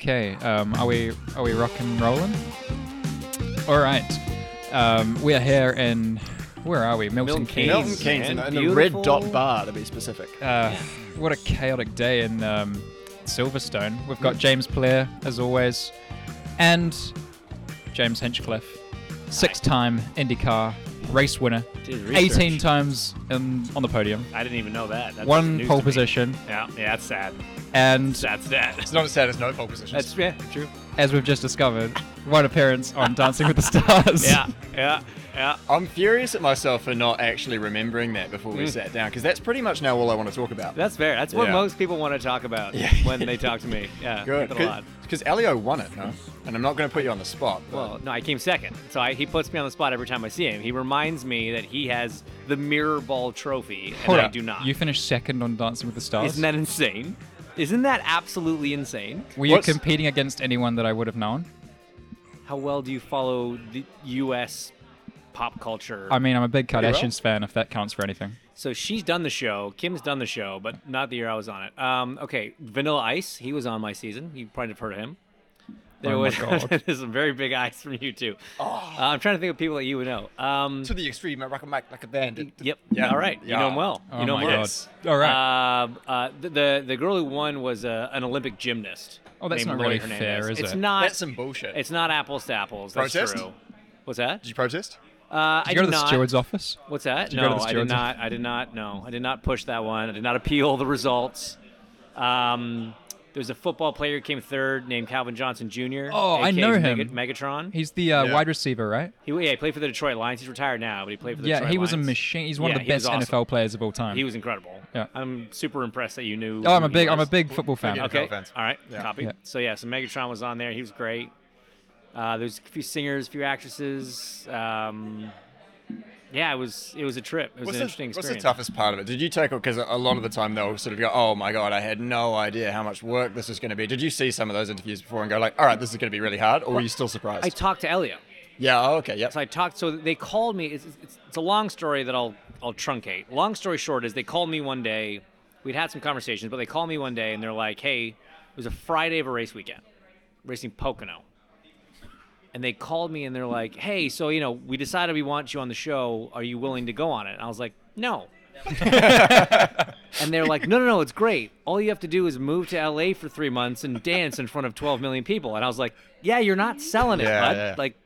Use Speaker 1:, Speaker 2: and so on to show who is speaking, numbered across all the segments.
Speaker 1: Okay, um, are we are we rocking and rolling? All right, um, we are here in where are we? Milton,
Speaker 2: Milton
Speaker 1: Keynes.
Speaker 2: Milton
Speaker 3: Milton Keynes in,
Speaker 2: man.
Speaker 3: in the red
Speaker 2: Beautiful.
Speaker 3: dot bar, to be specific.
Speaker 1: Uh, what a chaotic day in um, Silverstone. We've got James Blair as always, and James Hinchcliffe, six-time IndyCar race winner,
Speaker 2: Did research.
Speaker 1: eighteen times in, on the podium,
Speaker 2: I didn't even know that. That's
Speaker 1: one
Speaker 2: news
Speaker 1: pole
Speaker 2: to me.
Speaker 1: position,
Speaker 2: Yeah, yeah, that's sad.
Speaker 1: and
Speaker 2: That's sad.
Speaker 4: It's not as sad as no pole position.
Speaker 2: That's yeah, true.
Speaker 1: as we've just discovered, one appearance on Dancing with the Stars.
Speaker 2: Yeah, yeah, yeah.
Speaker 3: I'm furious at myself for not actually remembering that before we
Speaker 2: Mm.
Speaker 3: sat down, because that's pretty much now all I want to talk about.
Speaker 2: That's fair. That's what
Speaker 3: Yeah.
Speaker 2: most people want to talk about
Speaker 3: Yeah.
Speaker 2: when they talk to me. Yeah,
Speaker 3: good.
Speaker 2: a lot.
Speaker 3: Because Elio won it, no? And I'm not going to put you on the spot. but-
Speaker 2: Well, no, I came second, so I, he puts me on the spot every time I see him. He reminds me that he has the mirror ball trophy, and
Speaker 1: Hold
Speaker 2: I
Speaker 1: up.
Speaker 2: do not.
Speaker 1: You finished second on Dancing with the Stars.
Speaker 2: Isn't that insane? Isn't that absolutely insane?
Speaker 1: Were you
Speaker 3: What's-
Speaker 1: competing against anyone that I would have known?
Speaker 2: How well do you follow the U.S. pop culture?
Speaker 1: I mean, I'm a big
Speaker 3: well.
Speaker 1: Kardashians fan, if that counts for anything.
Speaker 2: So she's done the show. Kim's done the show, but not the year I was on it. Um, okay, Vanilla Ice. He was on my season. You probably have heard of him. There
Speaker 1: Oh my
Speaker 2: was
Speaker 1: God. Oh.
Speaker 2: there's some very big eyes from you too. Uh, I'm trying to think of people that you would know. Um,
Speaker 4: to the extreme. I rock a mic like a bandit.
Speaker 2: yep.
Speaker 3: Yeah.
Speaker 2: All right. You know him
Speaker 3: Yeah.
Speaker 2: well.
Speaker 1: Oh
Speaker 2: you know
Speaker 1: my
Speaker 2: him well.
Speaker 1: god! All right.
Speaker 2: Uh, uh, the, the the girl who won was uh, an Olympic gymnast.
Speaker 1: Oh, that's
Speaker 2: named
Speaker 1: not really
Speaker 2: Lori Hernandez.
Speaker 1: fair, is
Speaker 2: it's
Speaker 1: it?
Speaker 2: not.
Speaker 3: that's some bullshit.
Speaker 2: it's not apples to apples. That's
Speaker 3: Protest?
Speaker 2: true. What's that?
Speaker 3: Did you protest?
Speaker 2: Uh,
Speaker 1: Did
Speaker 2: I
Speaker 1: you go to
Speaker 2: did
Speaker 1: the
Speaker 2: not-
Speaker 1: steward's office?
Speaker 2: What's that?
Speaker 1: Did you
Speaker 2: no,
Speaker 1: go to the
Speaker 2: I did
Speaker 1: stewards?
Speaker 2: not. I did not. No, I did not push that one. I did not appeal the results. Um, there was a football player who came third named Calvin Johnson Jr.
Speaker 1: Oh, I
Speaker 2: aka
Speaker 1: know
Speaker 2: Mega-
Speaker 1: him.
Speaker 2: Megatron.
Speaker 1: He's the uh,
Speaker 3: Yeah.
Speaker 1: wide receiver, right?
Speaker 2: He, yeah, he played for the Detroit Lions. He's retired now, but he played for the
Speaker 1: yeah,
Speaker 2: Detroit
Speaker 1: he was a
Speaker 2: Lions.
Speaker 1: machine. He's one
Speaker 2: Yeah,
Speaker 1: of the
Speaker 2: he was
Speaker 1: best
Speaker 2: awesome.
Speaker 1: NFL players of all time.
Speaker 2: He was incredible.
Speaker 1: Yeah.
Speaker 2: I'm super impressed that you knew.
Speaker 1: oh, I'm
Speaker 2: who
Speaker 1: a
Speaker 2: he
Speaker 1: big, I'm a
Speaker 2: was.
Speaker 1: big football fan.
Speaker 3: Yeah.
Speaker 2: Okay.
Speaker 3: NFL fans.
Speaker 2: All right.
Speaker 3: Yeah.
Speaker 2: Copy.
Speaker 1: Yeah.
Speaker 2: So yeah, so Megatron was on there. He was great. Uh, There's a few singers, a few actresses. Um, yeah, it was it was a trip. It was
Speaker 3: What's
Speaker 2: an
Speaker 3: the,
Speaker 2: interesting
Speaker 3: what's the
Speaker 2: experience.
Speaker 3: toughest part of it? Did you tackle? Because a lot of the time they'll sort of go, "Oh my god, I had no idea how much work this is going to be." Did you see some of those interviews before and go like, "All right, this is going to be really hard," or were you still surprised?
Speaker 2: I talked to Elio.
Speaker 3: yeah. oh, okay. Yep.
Speaker 2: So I talked. So they called me. It's, it's, it's a long story that I'll I'll truncate. Long story short is they called me one day. We'd had some conversations, but they called me one day and they're like, "Hey, it was a Friday of a race weekend, racing Pocono." And they called me and they're like, "Hey, so you know, we decided we want you on the show. Are you willing to go on it?" And I was like, "No." and they're like, "No, no, no, it's great. All you have to do is move to LA for 3 months and dance in front of 12 million people." And I was like, "Yeah, you're not selling it,
Speaker 3: Yeah,
Speaker 2: bud.
Speaker 3: yeah.
Speaker 2: Like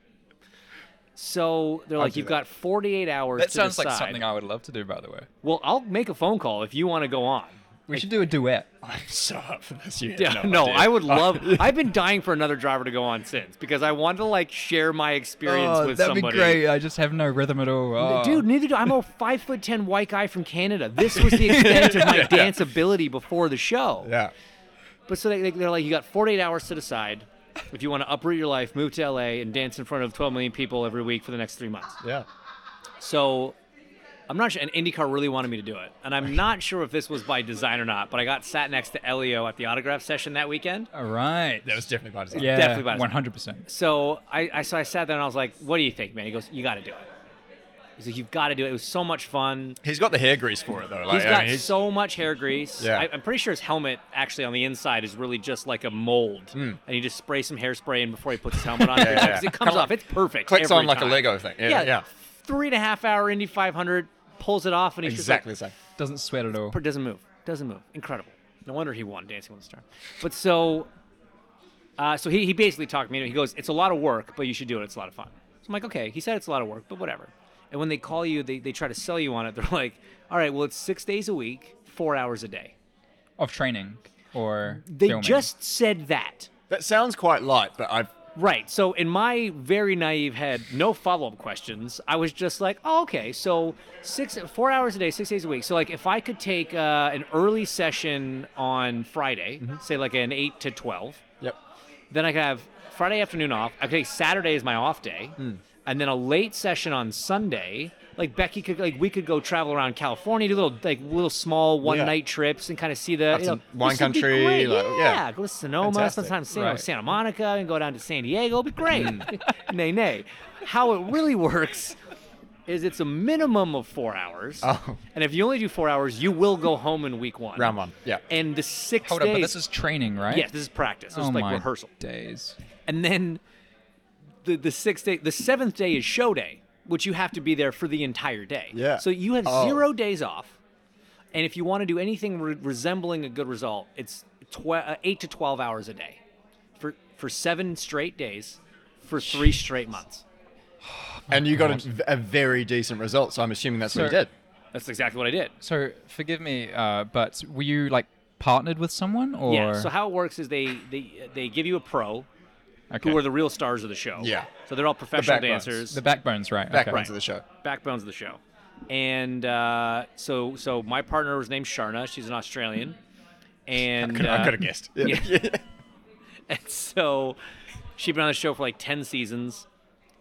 Speaker 2: so they're like,
Speaker 3: do
Speaker 2: you've
Speaker 3: that.
Speaker 2: got 48 hours.
Speaker 1: That
Speaker 2: to
Speaker 1: sounds like
Speaker 2: decide."
Speaker 1: something I would love to do, by the way.
Speaker 2: well, I'll make a phone call if you want to go on.
Speaker 1: We should do a duet.
Speaker 3: I'm so up for this. You have
Speaker 2: Yeah, no,
Speaker 3: no, idea.
Speaker 2: I would love. I've been dying for another driver to go on since because I wanted to like share my experience
Speaker 1: Oh,
Speaker 2: with
Speaker 1: that'd
Speaker 2: somebody.
Speaker 1: be great. I just have no rhythm at all. Oh.
Speaker 2: Dude, neither do I'm a five foot ten white guy from Canada. This was the extent of my dance ability before the show.
Speaker 3: Yeah.
Speaker 2: But so they, they- they're like, you got 48 hours to decide if you want to uproot your life, move to LA, and dance in front of 12 million people every week for the next three months.
Speaker 3: Yeah.
Speaker 2: So I'm not sure, and IndyCar really wanted me to do it. And I'm not sure if this was by design or not, but I got sat next to Elio at the autograph session that weekend.
Speaker 1: Oh. All right.
Speaker 3: That was definitely by design.
Speaker 1: yeah,
Speaker 2: definitely by design.
Speaker 1: 100. percent
Speaker 2: So I, I, so I sat there and I was like, what do you think, man? He goes, you got to do it. He's like, you've got to do it. It was so much fun.
Speaker 3: He's got the hair grease for it though. Like,
Speaker 2: He's
Speaker 3: I
Speaker 2: got
Speaker 3: mean, he's-
Speaker 2: so much hair grease.
Speaker 3: Yeah.
Speaker 2: I, I'm pretty sure his helmet, actually, on the inside is really just like a mold. And you just spray some hairspray in before he puts his helmet on.
Speaker 3: Hmm. Yeah, yeah,
Speaker 2: Because
Speaker 3: yeah.
Speaker 2: It comes off. It's perfect.
Speaker 3: clicks
Speaker 2: every
Speaker 3: on like
Speaker 2: time.
Speaker 3: a Lego thing. Yeah.
Speaker 2: Yeah.
Speaker 3: Yeah.
Speaker 2: Three and a half hour Indy 500, pulls it off, and he's just like,
Speaker 3: Exactly the same.
Speaker 1: Doesn't sweat at all.
Speaker 2: But doesn't move. Doesn't move. Incredible. No wonder he won Dancing with the Stars. But so, uh, so he, he basically talked me into. He goes, "It's a lot of work, but you should do it. It's a lot of fun." So I'm like, "Okay." He said it's a lot of work, but whatever. And when they call you, they, they try to sell you on it. They're like, "All right, well, it's six days a week, four hours a day."
Speaker 1: Of training or
Speaker 2: They
Speaker 1: filming.
Speaker 2: just said that.
Speaker 3: That sounds quite light, but I've
Speaker 2: Right. So in my very naive head, no follow up questions. I was just like, oh, okay, so six, four hours a day, six days a week. So like, if I could take uh, an early session on Friday, say like an eight to twelve,
Speaker 3: yep.
Speaker 2: then I could have Friday afternoon off. I could take Saturday as my off day, and then a late session on Sunday. Like Becky could like we could go travel around California, do little like little small one night trips, and kind of see the
Speaker 3: Up
Speaker 2: you
Speaker 3: to
Speaker 2: know,
Speaker 3: wine
Speaker 2: this would be
Speaker 3: country,
Speaker 2: great,
Speaker 3: like-
Speaker 2: yeah.
Speaker 3: yeah.
Speaker 2: go to Sonoma,
Speaker 3: Fantastic.
Speaker 2: sometimes San,
Speaker 1: Right.
Speaker 2: Santa Monica, and go down to San Diego. It'd be great. nay, nay. How it really works is it's a minimum of four hours.
Speaker 3: Oh.
Speaker 2: And if you only do four hours, you will go home in week one.
Speaker 3: Round one, yeah.
Speaker 2: And the six
Speaker 1: Hold
Speaker 2: days.
Speaker 1: on, but this is training, right?
Speaker 2: yes, this is practice. So
Speaker 1: oh
Speaker 2: it's like
Speaker 1: my
Speaker 2: rehearsal.
Speaker 1: days.
Speaker 2: And then the the sixth day, the seventh day is show day, which you have to be there for the entire day.
Speaker 3: Yeah.
Speaker 2: So you have
Speaker 3: Oh.
Speaker 2: zero days off, and if you want to do anything re- resembling a good result, it's tw- uh, eight to twelve hours a day, for for seven straight days, for three straight months.
Speaker 3: And you
Speaker 2: Oh,
Speaker 3: got a, a very decent result, so I'm assuming that's what
Speaker 1: So-
Speaker 3: you did.
Speaker 2: That's exactly what I did.
Speaker 1: So forgive me, uh, but were you like partnered with someone or?
Speaker 2: Yeah. So how it works is they they they give you a pro,
Speaker 1: okay.
Speaker 2: who are the real stars of the show.
Speaker 3: Yeah.
Speaker 2: So they're all professional
Speaker 3: backbones.
Speaker 2: dancers.
Speaker 1: the backbone's right?
Speaker 3: Back
Speaker 1: okay.
Speaker 3: onto the show.
Speaker 2: backbones of the show. And uh, so, so my partner was named Sharna. She's an Australian, and uh,
Speaker 3: I could have guessed. Yeah.
Speaker 2: yeah. and so she'd been on the show for like ten seasons,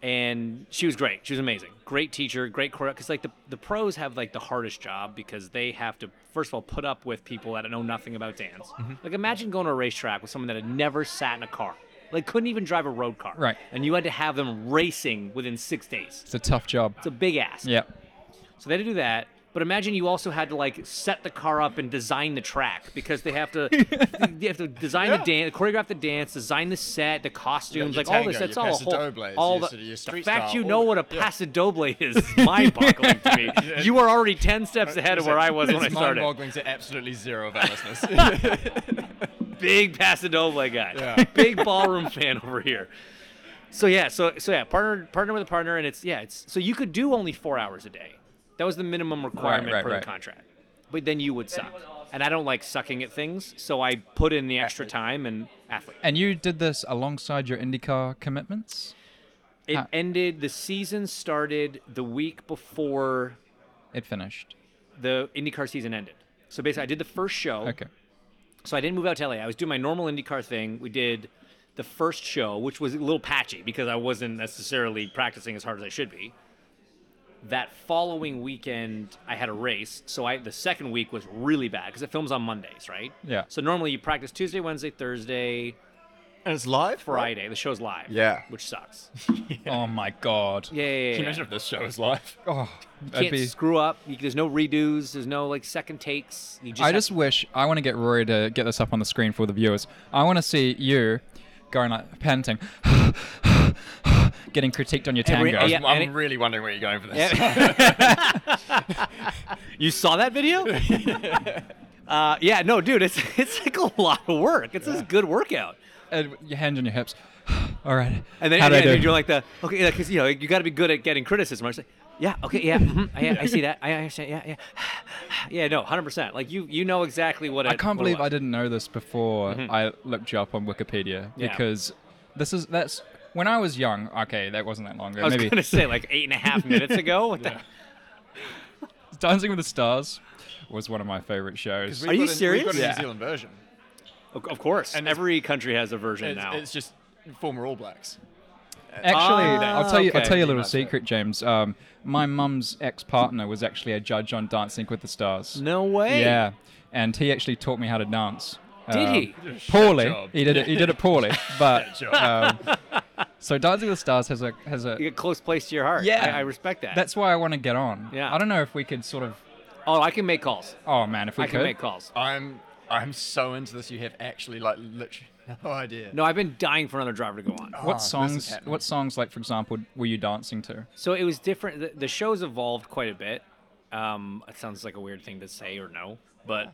Speaker 2: and she was great. She was amazing. Great teacher, great choreo. Because like the the pros have like the hardest job because they have to first of all put up with people that know nothing about dance.
Speaker 3: Mm-hmm.
Speaker 2: Like imagine going to a racetrack with someone that had never sat in a car, like couldn't even drive a road car,
Speaker 1: Right.
Speaker 2: And you had to have them racing within six days.
Speaker 1: It's a tough job.
Speaker 2: It's a big ass.
Speaker 1: yeah.
Speaker 2: So they had to do that. But imagine you also had to like set the car up and design the track because they have to they have to design the dance, choreograph the dance, design the set, the costumes,
Speaker 3: your
Speaker 2: like all this.
Speaker 3: tango,
Speaker 2: That's
Speaker 3: your
Speaker 2: all
Speaker 3: paso
Speaker 2: a whole
Speaker 3: dobles,
Speaker 2: all
Speaker 3: your
Speaker 2: the,
Speaker 3: sort of your
Speaker 2: the
Speaker 3: street
Speaker 2: fact
Speaker 3: style,
Speaker 2: you
Speaker 3: all
Speaker 2: know
Speaker 3: the-
Speaker 2: what a paso doble is is mind-boggling to me. You were already ten steps
Speaker 3: Uh,
Speaker 2: ahead of where I was when I started.
Speaker 3: mind-boggling to absolutely zero of our listeners.
Speaker 2: big Pasadena guy,
Speaker 3: Yeah.
Speaker 2: big ballroom fan over here. So yeah, so so yeah, partner partner with a partner, and it's yeah, it's so you could do only four hours a day. That was the minimum requirement
Speaker 1: right,
Speaker 2: per
Speaker 1: right.
Speaker 2: the contract. But then you would suck, and I don't like sucking at things, so I put in the extra time and athlete.
Speaker 1: And you did this alongside your IndyCar commitments
Speaker 2: It
Speaker 1: Ah.
Speaker 2: ended. The season started the week before
Speaker 1: it finished
Speaker 2: the IndyCar season ended. So basically, I did the first show.
Speaker 1: okay
Speaker 2: So I didn't move out to LA. I was doing my normal IndyCar thing. We did the first show, which was a little patchy because I wasn't necessarily practicing as hard as I should be. That following weekend, I had a race, so I the second week was really bad because it films on Mondays, right?
Speaker 1: Yeah.
Speaker 2: So normally you practice Tuesday, Wednesday, Thursday,
Speaker 3: and it's live?
Speaker 2: Friday. The show's live.
Speaker 3: Yeah.
Speaker 2: Which sucks.
Speaker 1: oh my god
Speaker 2: Yeah. yeah, yeah,
Speaker 3: Can you
Speaker 2: yeah.
Speaker 3: imagine if this show is live?
Speaker 1: oh
Speaker 2: You
Speaker 1: that'd
Speaker 2: can't
Speaker 1: be
Speaker 2: screw up. You, there's no redos. There's no like second takes. You just
Speaker 1: i
Speaker 2: have
Speaker 1: just
Speaker 2: to-
Speaker 1: wish i want to get rory to get this up on the screen for the viewers i want to see you going like panting getting critiqued on your
Speaker 2: Every-
Speaker 1: tango
Speaker 2: yeah,
Speaker 3: I'm,
Speaker 2: and it-
Speaker 3: really wondering where you're going for this.
Speaker 2: you saw that video? uh, yeah, no, dude, it's it's like a lot of work. It's this good workout.
Speaker 1: And your hands on your hips all right
Speaker 2: And then
Speaker 1: How'd
Speaker 2: and
Speaker 1: I
Speaker 2: then
Speaker 1: do?
Speaker 2: you're like the okay, because you know you got to be good at getting criticism. I was like, yeah, okay, yeah, mhm, I, I see that, I understand, yeah, yeah, yeah, no, hundred percent. Like you you know exactly what
Speaker 1: I can't
Speaker 2: what it
Speaker 1: believe I
Speaker 2: was.
Speaker 1: didn't know this before I looked you up on Wikipedia
Speaker 2: Yeah.
Speaker 1: because this is that's when I was young. Okay, that wasn't that long ago.
Speaker 2: I was
Speaker 1: maybe
Speaker 2: gonna say like eight and a half minutes ago. What the-
Speaker 1: Dancing with the Stars was one of my favorite shows.
Speaker 2: Are you serious?
Speaker 3: We've got a
Speaker 1: Yeah.
Speaker 3: New Zealand version.
Speaker 2: Of of course, and
Speaker 3: And it's-
Speaker 2: every country has a version
Speaker 3: It's,
Speaker 2: now.
Speaker 3: it's just former All Blacks.
Speaker 1: Actually,
Speaker 2: Ah,
Speaker 1: I'll tell you. I'll
Speaker 2: okay.
Speaker 1: tell you a little
Speaker 3: That's it.
Speaker 1: secret, James. Um, my mum's ex-partner was actually a judge on Dancing with the Stars.
Speaker 2: no way.
Speaker 1: Yeah, and he actually taught me how to dance. Um,
Speaker 2: Did he?
Speaker 1: Poorly.
Speaker 3: job.
Speaker 1: He did it. He did it poorly. But
Speaker 3: job.
Speaker 1: um, so Dancing with the Stars has a has a.
Speaker 2: You get close place to your heart.
Speaker 1: Yeah.
Speaker 2: I, I respect that.
Speaker 1: That's why I want to get on.
Speaker 2: Yeah.
Speaker 1: I don't know if we could sort of.
Speaker 2: oh, I can make calls.
Speaker 1: Oh man, if we
Speaker 2: I
Speaker 1: could.
Speaker 2: can make calls.
Speaker 3: I'm I'm so into this. You have actually like literally no idea. Oh,
Speaker 2: No, I've been dying for another driver to go on.
Speaker 1: what
Speaker 3: this is
Speaker 1: songs?
Speaker 3: happening.
Speaker 1: What songs, like for example, were you dancing to?
Speaker 2: So it was different. The, the show's evolved quite a bit. Um, it sounds like a weird thing to say or no, but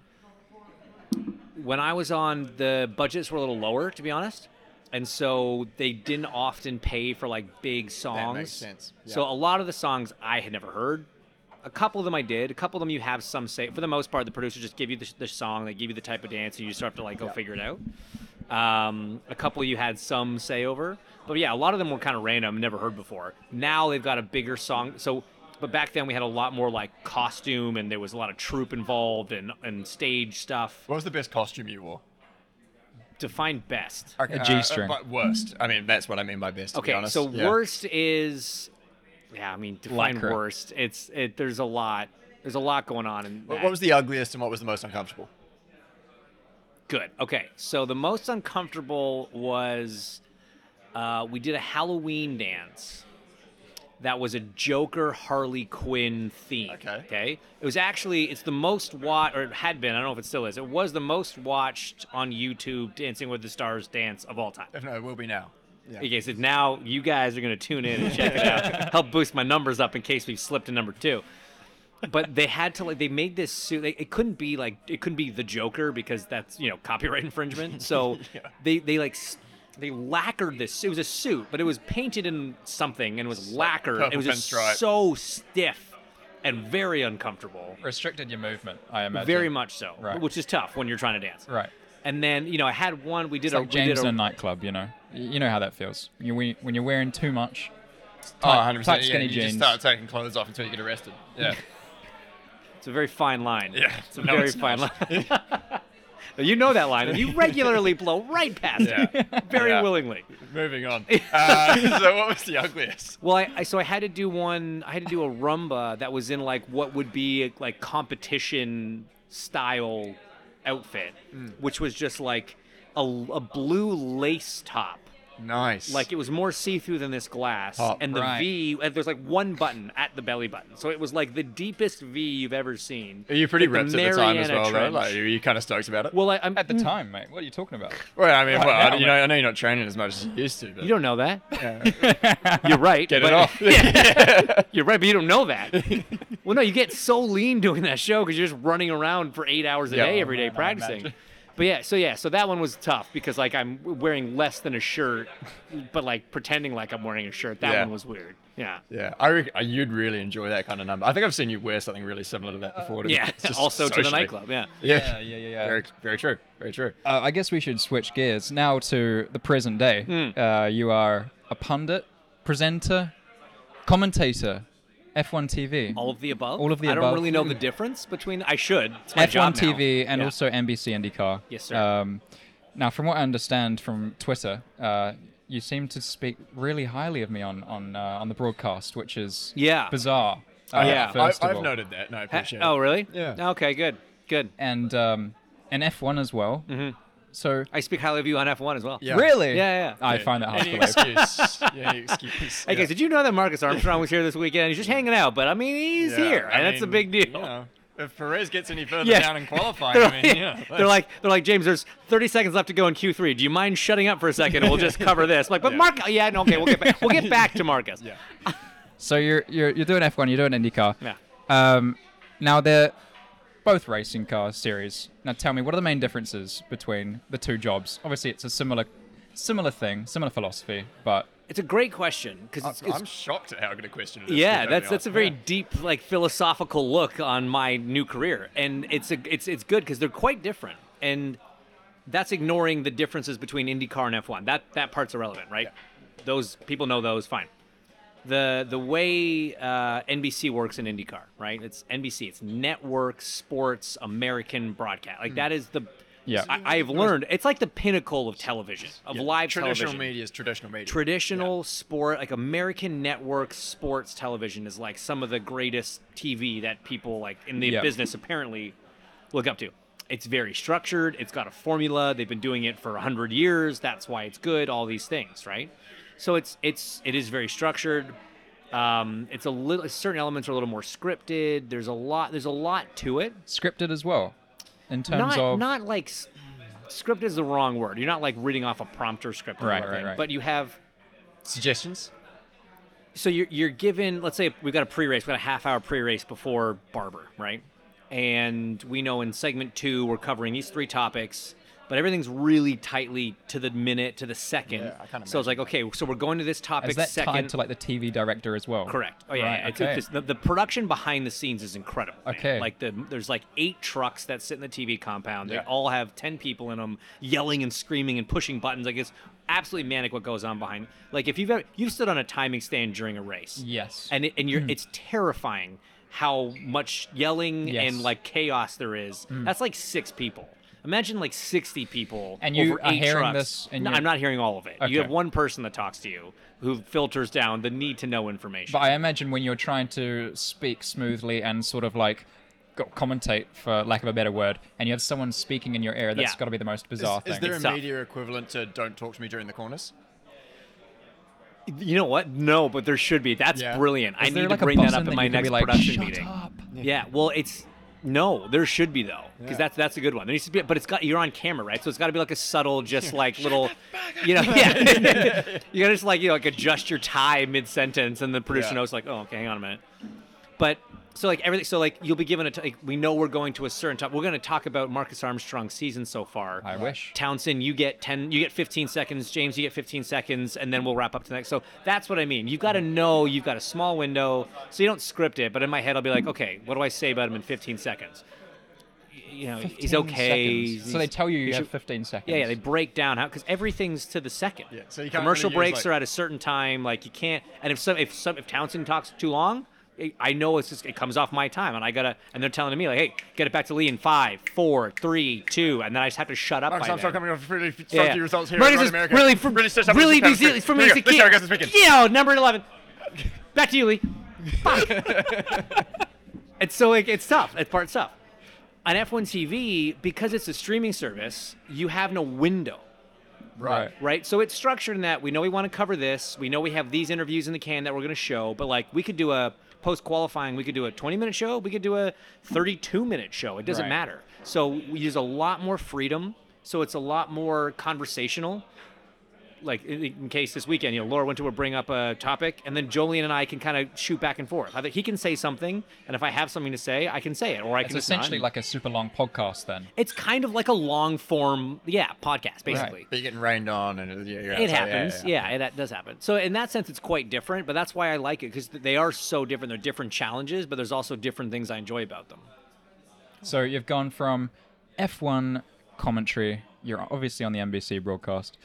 Speaker 2: when I was on, the budgets were a little lower, to be honest, and so they didn't often pay for like big songs.
Speaker 3: sense,
Speaker 2: So
Speaker 3: yeah.
Speaker 2: a lot of the songs I had never heard. A couple of them I did. A couple of them you have some say. For the most part, the producers just give you the, the song, they give you the type of dance, and you just have to like go figure it out. Um, a couple you had some say over, but yeah, a lot of them were kind of random, never heard before. Now they've got a bigger song. So, but back then we had a lot more like costume, and there was a lot of troupe involved and and stage stuff.
Speaker 3: What was the best costume you wore?
Speaker 2: Defined best.
Speaker 3: Okay,
Speaker 1: A
Speaker 3: uh,
Speaker 1: G-string.
Speaker 3: but worst. I mean, that's what I mean by best. To be
Speaker 2: Okay,
Speaker 3: honest.
Speaker 2: so
Speaker 3: Yeah.
Speaker 2: worst is, yeah, I mean, define
Speaker 1: Lycra.
Speaker 2: worst. It's it. There's a lot. There's a lot going on. In
Speaker 3: What,
Speaker 2: that.
Speaker 3: what was the ugliest and what was the most uncomfortable?
Speaker 2: Good. Okay. So the most uncomfortable was uh, we did a Halloween dance that was a Joker Harley Quinn theme.
Speaker 3: Okay.
Speaker 2: Okay. It was actually it's the most watched or it had been. I don't know if it still is. It was the most watched on YouTube Dancing with the Stars dance of all time.
Speaker 3: If no, it will be now. Yeah.
Speaker 2: Okay, so now you guys are going to tune in and check it out. Help boost my numbers up in case we've slipped to number two. But they had to like they made this suit. Like, it couldn't be like it couldn't be the Joker because that's you know copyright infringement. So they they like s- they lacquered this. It was a suit, but it was painted in something and was lacquered. It
Speaker 1: Oh,
Speaker 3: purple
Speaker 2: was just
Speaker 3: pinstripe.
Speaker 2: so stiff and very uncomfortable.
Speaker 1: Restricted your movement, I imagine.
Speaker 2: Very much so,
Speaker 1: Right.
Speaker 2: which is tough when you're trying to dance.
Speaker 1: Right.
Speaker 2: And then you know I had one. We did
Speaker 1: It's
Speaker 2: a
Speaker 1: like
Speaker 2: we
Speaker 1: James
Speaker 2: did
Speaker 1: in
Speaker 2: a,
Speaker 1: a nightclub, you know. Y- You know how that feels. You, we- when you're wearing too much.
Speaker 3: Oh, 100%.
Speaker 1: tight
Speaker 3: yeah,
Speaker 1: skinny
Speaker 3: you just
Speaker 1: jeans.
Speaker 3: start taking clothes off until you get arrested. Yeah.
Speaker 2: It's a very fine line.
Speaker 3: Yeah.
Speaker 2: It's a
Speaker 3: No,
Speaker 2: very
Speaker 3: it's
Speaker 2: fine line. you know that line, and you regularly blow right past
Speaker 3: Yeah.
Speaker 2: it very
Speaker 3: Yeah.
Speaker 2: willingly.
Speaker 3: Moving on. Uh, so what was the ugliest?
Speaker 2: Well, I, I so I had to do one. I had to do a rumba that was in like what would be like competition style outfit,
Speaker 3: Hmm.
Speaker 2: which was just like a, a blue lace top.
Speaker 3: Nice.
Speaker 2: Like it was more see through than this glass,
Speaker 3: Oh,
Speaker 2: and the
Speaker 1: right.
Speaker 2: V. And there's like one button at the belly button, so it was like the deepest V you've ever seen.
Speaker 3: Are you pretty
Speaker 2: Like
Speaker 3: ripped
Speaker 2: the
Speaker 3: at the time as
Speaker 2: Mariana
Speaker 3: well, though?
Speaker 2: Trench.
Speaker 3: Like, are you kind of stoked about it?
Speaker 2: Well, I, I'm Hmm.
Speaker 1: At the time, mate. What are you talking about?
Speaker 3: well, I mean, well, I,
Speaker 1: now,
Speaker 3: you know, I know you're not training as much as you used to, but
Speaker 2: You don't know that. you're right.
Speaker 3: get
Speaker 2: but,
Speaker 3: it off.
Speaker 2: You're right, but you don't know that. well, no, you get so lean doing that show because you're just running around for eight hours a
Speaker 3: Yeah.
Speaker 2: day
Speaker 3: Oh,
Speaker 2: every day practicing. But yeah, so yeah, so that one was tough because like I'm wearing less than a shirt, but like pretending like I'm wearing a shirt. That
Speaker 3: Yeah.
Speaker 2: one was weird. Yeah.
Speaker 3: Yeah, I reckon uh, you'd really enjoy that kind of number. I think I've seen you wear something really similar to that before. to be
Speaker 2: Uh, Yeah.
Speaker 3: honest, just
Speaker 2: also to the
Speaker 3: socially.
Speaker 2: nightclub. Yeah.
Speaker 3: Yeah.
Speaker 1: yeah, yeah, yeah.
Speaker 3: Very, very true. Very true.
Speaker 1: Uh, I guess we should switch gears now to the present day. Uh, you are a pundit, presenter, commentator, F1 TV,
Speaker 2: All of the above.
Speaker 1: All of the
Speaker 2: I don't
Speaker 1: above.
Speaker 2: really know the difference between. I should. It's my
Speaker 1: F1
Speaker 2: job now.
Speaker 1: TV, and
Speaker 2: Yeah.
Speaker 1: also NBC IndyCar.
Speaker 2: Yes, sir.
Speaker 1: Um, now, from what I understand from Twitter, uh, you seem to speak really highly of me on on uh, on the broadcast, which is
Speaker 2: Yeah.
Speaker 1: bizarre. uh,
Speaker 2: Oh, yeah.
Speaker 3: I,
Speaker 1: first of
Speaker 3: I've
Speaker 1: all.
Speaker 3: noted that. No, I
Speaker 2: Ha-
Speaker 3: appreciate
Speaker 2: oh
Speaker 3: it.
Speaker 2: really?
Speaker 3: Yeah.
Speaker 2: Okay. Good. Good.
Speaker 1: and um, and F1 as well. Mm-hmm. So
Speaker 2: I speak highly of you on F1 as well.
Speaker 3: Yeah.
Speaker 1: really,
Speaker 2: Yeah, yeah.
Speaker 1: I
Speaker 3: Yeah.
Speaker 1: find that hard to
Speaker 3: Any
Speaker 1: believe.
Speaker 3: excuse. yeah, any excuse.
Speaker 2: Hey guys, did you know that Marcus Armstrong was here this weekend? He's just hanging out, but I mean, he's
Speaker 3: Yeah,
Speaker 2: here,
Speaker 3: I
Speaker 2: and that's a
Speaker 3: mean,
Speaker 2: big deal.
Speaker 3: you know, if Perez gets any further
Speaker 2: Yeah.
Speaker 3: down in qualifying,
Speaker 2: They're,
Speaker 3: I mean, yeah.
Speaker 2: like, they're like, they're like, James. There's 30 seconds left to go in Q3. Do you mind shutting up for a second? And we'll just cover this. like, but
Speaker 3: Yeah.
Speaker 2: Marcus, yeah, no, okay, we'll get back. We'll get back to Marcus.
Speaker 3: Yeah.
Speaker 1: So you're you're you're doing F1, you're doing IndyCar.
Speaker 2: Yeah.
Speaker 1: Um, now they're both racing car series. Now tell me, what are the main differences between the two jobs? Obviously, it's a similar similar thing, similar philosophy, but
Speaker 2: It's a great question because
Speaker 3: I'm, I'm shocked at how good a question it is.
Speaker 2: yeah,
Speaker 3: to be
Speaker 2: that's that's
Speaker 3: honest.
Speaker 2: a very
Speaker 3: Yeah.
Speaker 2: deep, like philosophical look on my new career, and it's a it's it's good because they're quite different, and that's ignoring the differences between IndyCar and F1. That that part's irrelevant, right? Those people know those. Fine. The the way uh, NBC works in IndyCar, right? It's NBC. It's Network Sports American Broadcast. Like that is the.
Speaker 1: Yeah.
Speaker 2: I, I've learned it's like the pinnacle of television, of live
Speaker 3: traditional
Speaker 2: television
Speaker 3: media is traditional media.
Speaker 2: traditional sport like american network sports television is like some of the greatest tv that people like in the
Speaker 1: Yeah.
Speaker 2: business apparently look up to it's very structured it's got a formula they've been doing it for 100 years that's why it's good all these things right so it's it's it is very structured um, it's a little certain elements are a little more scripted there's a lot there's a lot to it
Speaker 1: scripted as well, in terms
Speaker 2: not,
Speaker 1: of
Speaker 2: not like s- script is the wrong word you're not like reading off a prompter script or
Speaker 1: Right,
Speaker 2: anything,
Speaker 1: right, right.
Speaker 2: but you have
Speaker 3: suggestions.
Speaker 2: so you're, you're given let's say we've got a pre-race we've got a half hour pre-race before barber right and we know in segment two we're covering these three topics but everything's really tightly to the minute to the second
Speaker 3: Yeah, I kinda
Speaker 2: so it's like okay so we're going to this topic
Speaker 1: is that
Speaker 2: second
Speaker 1: tied to like the TV director as well?
Speaker 2: correct oh yeah,
Speaker 1: Right,
Speaker 2: yeah, it's-
Speaker 1: okay.
Speaker 2: it's- the, the production behind the scenes is incredible man.
Speaker 1: Okay.
Speaker 2: like the there's like eight trucks that sit in the tv compound
Speaker 3: Yeah.
Speaker 2: they all have 10 people in them yelling and screaming and pushing buttons like it's absolutely manic what goes on behind like if you've ever you've stood on a timing stand during a race
Speaker 1: Yes. Hmm.
Speaker 2: and it, and you're it's terrifying how much yelling
Speaker 1: Yes. Hmm.
Speaker 2: and like chaos there is. That's like six people. Imagine like sixty people
Speaker 1: And you
Speaker 2: over
Speaker 1: are
Speaker 2: eight
Speaker 1: hearing
Speaker 2: trucks.
Speaker 1: this and
Speaker 2: no,
Speaker 1: you're-
Speaker 2: I'm not hearing all of it.
Speaker 1: Okay.
Speaker 2: You have one person that talks to you who filters down the need to know information.
Speaker 1: But I imagine when you're trying to speak smoothly and sort of like go- commentate, for lack of a better word, and you have someone speaking in your ear, that's
Speaker 2: Yeah.
Speaker 1: got to be the most
Speaker 3: Is,
Speaker 1: bizarre
Speaker 3: is
Speaker 1: thing.
Speaker 3: there
Speaker 2: It's
Speaker 3: a
Speaker 2: tough.
Speaker 3: media equivalent to "Don't talk to me during the corners"?
Speaker 2: You know what? No, but there should be. That's
Speaker 4: Yeah.
Speaker 2: brilliant. I
Speaker 1: Is there,
Speaker 2: need
Speaker 1: like,
Speaker 2: to
Speaker 1: a
Speaker 2: bring that
Speaker 1: button
Speaker 2: up in
Speaker 1: that
Speaker 2: my
Speaker 1: you can
Speaker 2: next
Speaker 1: be like,
Speaker 2: production
Speaker 1: "Shut
Speaker 2: meeting.
Speaker 1: up"?
Speaker 2: Yeah. Well, it's no. There should be though, because that's that's a good one. There needs to be, but it's got you're on camera, right? So it's got to be like a subtle, just like little, you know, yeah. you gotta just like you know, like adjust your tie mid sentence, and the producer
Speaker 4: Yeah.
Speaker 2: knows like, oh, okay, hang on a minute. But so like everything, so like you'll be given a. T- like, we know we're going to a certain top. We're going to talk about Marcus Armstrong's season so far.
Speaker 1: I wish.
Speaker 2: Townsend, you get ten, you get fifteen seconds. James, you get fifteen seconds, and then we'll wrap up to the next. So that's what I mean. You've got to know you've got a small window, so you don't script it. But in my head, I'll be like, okay, what do I say about him in fifteen seconds? Y- You know, he's
Speaker 1: 15
Speaker 2: okay.
Speaker 1: seconds. So
Speaker 2: he's-
Speaker 1: they tell you
Speaker 2: he
Speaker 1: you have
Speaker 2: should-
Speaker 1: 15 seconds.
Speaker 2: yeah, yeah, they break down how because everything's to the second.
Speaker 4: Yeah, so you can't
Speaker 2: commercial
Speaker 4: really use,
Speaker 2: breaks
Speaker 4: like-
Speaker 2: are at a certain time. Like you can't, and if some if some if Townsend talks too long, I I know it's just it comes off my time, and I gotta and they're telling me like, hey, get it back to Lee in five, four, three, two, and then I just have to shut up.
Speaker 4: Marcus
Speaker 2: by
Speaker 4: Armstrong
Speaker 2: then.
Speaker 4: coming off really funky
Speaker 2: Yeah.
Speaker 4: results here
Speaker 2: Marcus
Speaker 4: in
Speaker 2: is
Speaker 4: America.
Speaker 2: really from
Speaker 4: really, sets up
Speaker 2: really
Speaker 4: this
Speaker 2: New
Speaker 4: is how
Speaker 2: Zealand
Speaker 4: it's
Speaker 2: from
Speaker 4: been.
Speaker 2: as a
Speaker 4: Here we go. This is how it goes
Speaker 2: kid.
Speaker 4: this weekend.
Speaker 2: Yeah, number eleven. Back to you, Lee. Fuck. it's so like it's tough. It's part tough. On F1 TV, because it's a streaming service, you have no window
Speaker 1: Right.
Speaker 2: right? So it's structured in that we know we want to cover this. We know we have these interviews in the can that we're going to show, but like we could do a post qualifying, we could do a 20 minute show, we could do a 32 minute show. It doesn't
Speaker 1: Right.
Speaker 2: matter. So we use a lot more freedom. So it's a lot more conversational. Like in, in case this weekend, you know, Laura went to bring up a topic, and then Jolene and I can kind of shoot back and forth. Either he can say something, and if I have something to say, I can say it, or I
Speaker 1: It's
Speaker 2: can.
Speaker 1: essentially like a super long podcast then.
Speaker 2: it's kind of like a long form, yeah, podcast basically.
Speaker 4: But you're getting rained on, and it- yeah, you're
Speaker 2: It
Speaker 4: outside. Yeah,
Speaker 2: happens.
Speaker 4: yeah, yeah.
Speaker 2: Yeah, it does happen. So in that sense, it's quite different. But that's why I like it because they are so different. They're different challenges, but there's also different things I enjoy about them.
Speaker 1: So you've gone from F1 commentary. You're obviously on the NBC broadcast.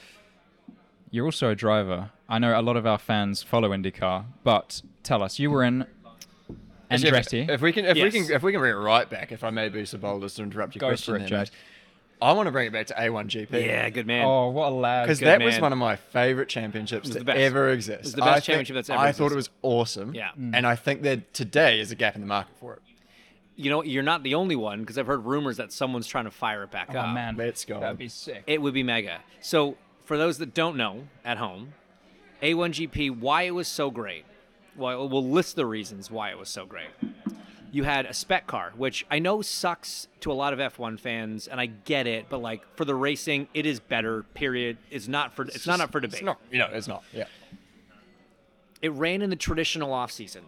Speaker 1: You're also a driver. I know a lot of our fans follow IndyCar, but tell us, you were in
Speaker 4: Actually, if-
Speaker 1: Andretti.
Speaker 4: If, we can, if we
Speaker 2: Yes.
Speaker 4: can, if we can bring it right back, if I may be so bold as to interrupt your
Speaker 1: Go for
Speaker 4: question,
Speaker 1: it,
Speaker 4: there,
Speaker 1: James.
Speaker 4: mate. I want to bring it back to A1GP.
Speaker 2: Yeah, good man.
Speaker 1: oh, what a lad!
Speaker 4: Because
Speaker 2: good
Speaker 4: that was
Speaker 2: man.
Speaker 4: one of my favorite championships
Speaker 2: was the
Speaker 4: that
Speaker 2: best.
Speaker 4: ever
Speaker 2: It
Speaker 4: exists.
Speaker 2: was the best
Speaker 4: I think-
Speaker 2: championship that's ever
Speaker 4: I thought
Speaker 2: existed.
Speaker 4: it was awesome.
Speaker 2: Yeah. Mm.
Speaker 4: And I think that today is a gap in the market for it.
Speaker 2: You know, you're not the only one because I've heard rumors that someone's trying to fire it back
Speaker 1: oh
Speaker 2: up.
Speaker 1: man,
Speaker 4: Ah, Let's go.
Speaker 1: That'd be sick.
Speaker 2: It would be mega. So for those that don't know at home, A1GP, why it was so great. Well, we'll list the reasons why it was so great. You had a spec car, which I know sucks to a lot of F1 fans, and I get it, but like for the racing, it is better. Period. It's not for. It's, not up for debate
Speaker 4: It's not, you know, it's not. Yeah.
Speaker 2: it ran in the traditional off season.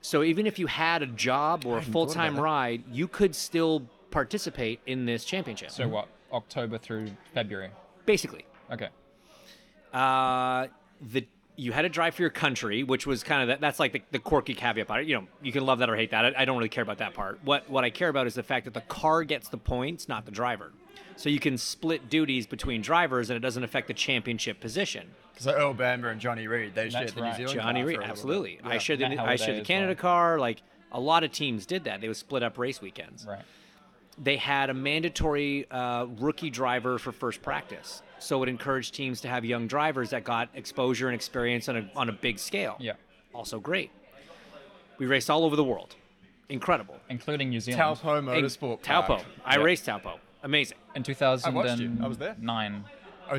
Speaker 2: So even if you had a job or a full time ride, you could still participate in this championship.
Speaker 1: so what? October through February.
Speaker 2: basically,
Speaker 1: Okay.
Speaker 2: uh, the you had to drive for your country, which was kind of that, that's like the, the quirky caveat part. You know, you can love that or hate that. I, I don't really care about that part. What what I care about is the fact that the car gets the points, not the driver. So you can split duties between drivers, and it doesn't affect the championship position.
Speaker 4: So Earl Bamber and Johnny Reid, they shared the
Speaker 1: right.
Speaker 4: New Zealand
Speaker 2: Johnny
Speaker 4: car for
Speaker 2: Reed,
Speaker 4: a little
Speaker 2: absolutely.
Speaker 4: bit.
Speaker 2: I
Speaker 4: Yeah.
Speaker 2: shared the
Speaker 1: Matt
Speaker 2: I shared
Speaker 1: Halliday
Speaker 2: the
Speaker 1: as
Speaker 2: Canada
Speaker 1: well.
Speaker 2: car. Like a lot of teams did that. They would split up race weekends.
Speaker 1: Right.
Speaker 2: They had a mandatory uh, rookie driver for first practice, so it encouraged teams to have young drivers that got exposure and experience on a on a big scale.
Speaker 1: Yeah.
Speaker 2: Also great. We raced all over the world. Incredible.
Speaker 1: Including New Zealand.
Speaker 4: Taupo Motorsport.
Speaker 2: Taupo.
Speaker 4: Park.
Speaker 2: I
Speaker 1: Yeah. Oh
Speaker 2: raced Taupo. Amazing.
Speaker 1: In 2009.
Speaker 4: you. I was there.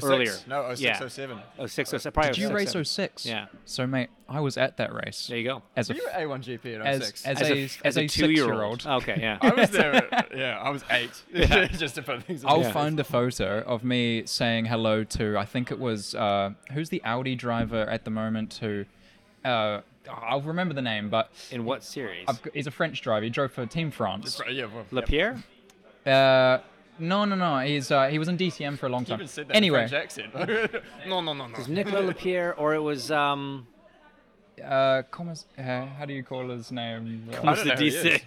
Speaker 2: Earlier.
Speaker 4: 06. No, 06,
Speaker 2: Yeah.
Speaker 4: 07.
Speaker 2: Oh six oh seven. Probably
Speaker 1: Did you
Speaker 2: 06.
Speaker 1: race 06?
Speaker 2: Yeah.
Speaker 1: So mate, I was at that race.
Speaker 2: There you go.
Speaker 1: As a
Speaker 4: You were
Speaker 1: f-
Speaker 4: A1GP at
Speaker 1: as
Speaker 4: 06.
Speaker 1: as,
Speaker 2: As
Speaker 1: a,
Speaker 2: a,
Speaker 1: as,
Speaker 2: as
Speaker 1: a
Speaker 2: two year
Speaker 1: six-year-old.
Speaker 2: old. Okay. Yeah.
Speaker 4: I was there. at- yeah, I was eight. Just to put things in
Speaker 1: I'll
Speaker 4: perspective.
Speaker 1: find a photo of me saying hello to. I think it was uh, who's the Audi driver at the moment who. Uh, I'll remember the name, but
Speaker 2: In what series?
Speaker 1: I've, got- he's a French driver. He drove for Team France.
Speaker 4: Right, yeah, well, yeah.
Speaker 2: Lapierre.
Speaker 1: Uh, no, no, no. He's uh, he was in DTM for a long
Speaker 4: You
Speaker 1: time.
Speaker 4: even said that in a
Speaker 1: anyway,
Speaker 4: French accent. no, no, no, no.
Speaker 2: Nicolas Lapierre, or it was um,
Speaker 1: uh, Comas, uh, how do you call his name? Uh,
Speaker 4: don't know who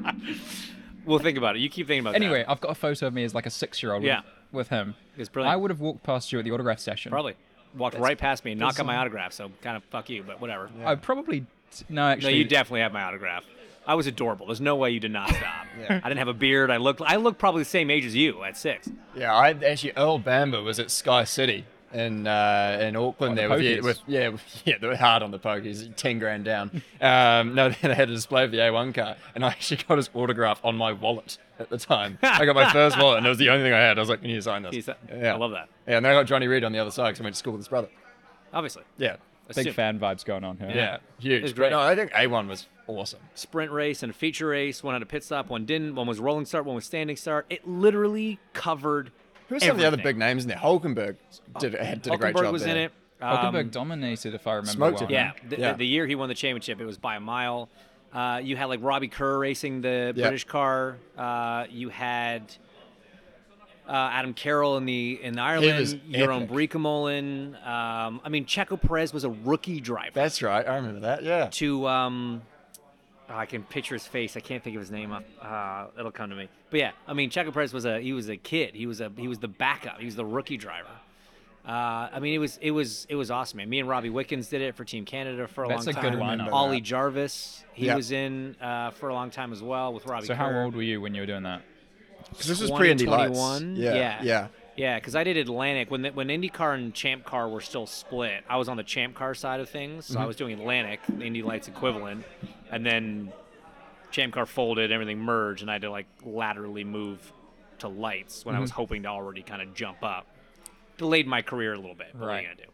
Speaker 2: we'll think about it. You keep thinking about
Speaker 1: anyway,
Speaker 2: that.
Speaker 1: I've got a photo of me as like a six-year-old.
Speaker 2: Yeah.
Speaker 1: With, with him.
Speaker 2: It's brilliant.
Speaker 1: I would have walked past you at the autograph session.
Speaker 2: probably walked right past me and knocked on my autograph. So kind of fuck you, but whatever.
Speaker 1: I probably no.
Speaker 2: No,
Speaker 1: Actually,
Speaker 2: you definitely have my autograph. I was adorable. There's no way you did not stop. I didn't have a beard. I looked. I looked probably the same age as you at six.
Speaker 4: Yeah, I actually Earl Bamber was at Sky City in uh, in Auckland
Speaker 1: On the
Speaker 4: there with, yeah,
Speaker 1: pokies.
Speaker 4: with yeah with- yeah they were hard on the pokies, ten grand down. Um, no, they had a display of the A1 car, and I actually got his autograph on my wallet at the time. I got my first wallet, and it was the only thing I had. I was like, "Can you sign this?"
Speaker 2: He's- I
Speaker 4: yeah.
Speaker 2: love that.
Speaker 4: Yeah, and then I got Johnny Reed on the other side because I went to school with his brother.
Speaker 2: obviously.
Speaker 3: Yeah.
Speaker 1: Big
Speaker 2: Assume.
Speaker 1: fan vibes going on here.
Speaker 3: Yeah. Huge.
Speaker 2: It's
Speaker 3: It's great.
Speaker 2: great.
Speaker 3: No, I think A1 was awesome.
Speaker 2: Sprint race and a feature race. One had a pit stop, one didn't. One was rolling start, one was standing start. It literally covered.
Speaker 3: Who's some of the other
Speaker 2: everything.
Speaker 3: big names in there? Holkenberg did, had- did a great
Speaker 2: Hülkenberg
Speaker 3: job
Speaker 2: was
Speaker 3: there.
Speaker 2: in it. Um,
Speaker 1: Hulkenberg dominated, if I remember
Speaker 3: smoked
Speaker 1: well.
Speaker 3: it.
Speaker 2: Yeah,
Speaker 3: Mhm.
Speaker 2: the,
Speaker 3: Yeah.
Speaker 2: the year he won the championship, it was by a mile. Uh, you had like Robbie Kerr racing the
Speaker 3: Yeah.
Speaker 2: British car. Uh, you had uh, Adam Carroll in the in
Speaker 3: was
Speaker 2: Ireland. Your own
Speaker 3: epic.
Speaker 2: Briekemolen. Um, I mean, Checo Perez was a rookie driver.
Speaker 3: That's right. I remember that. Yeah.
Speaker 2: to um, oh, I can picture his face. I can't think of his name. Up, uh, it'll come to me. But yeah, I mean, Checo Perez was a he was a kid. He was a he was the backup. He was the rookie driver. Uh, I mean, it was it was it was awesome. Man. Me and Robbie Wickens did it for Team Canada for a
Speaker 1: That's
Speaker 2: long
Speaker 1: a
Speaker 2: time.
Speaker 1: good lineup.
Speaker 2: Ollie Jarvis, he
Speaker 3: Yeah.
Speaker 2: was in uh, for a long time as well with Robbie.
Speaker 1: So how
Speaker 2: Kerr.
Speaker 1: old were you when you were doing that?
Speaker 3: Because this was pre Indy Lights.
Speaker 2: 2021?
Speaker 3: Yeah.
Speaker 2: yeah,
Speaker 3: Yeah. Yeah.
Speaker 2: Because I did Atlantic when the, when IndyCar and Champ Car were still split. I was on the Champ Car side of things,
Speaker 3: Mm-hmm.
Speaker 2: so I was doing Atlantic, the Indy Lights equivalent, and then Champ Car folded, everything merged, and I had to like laterally move to Lights
Speaker 3: Mm-hmm.
Speaker 2: when I was hoping to already kind of jump up. Delayed my career a little bit. but What are
Speaker 1: Right.
Speaker 2: you gonna do?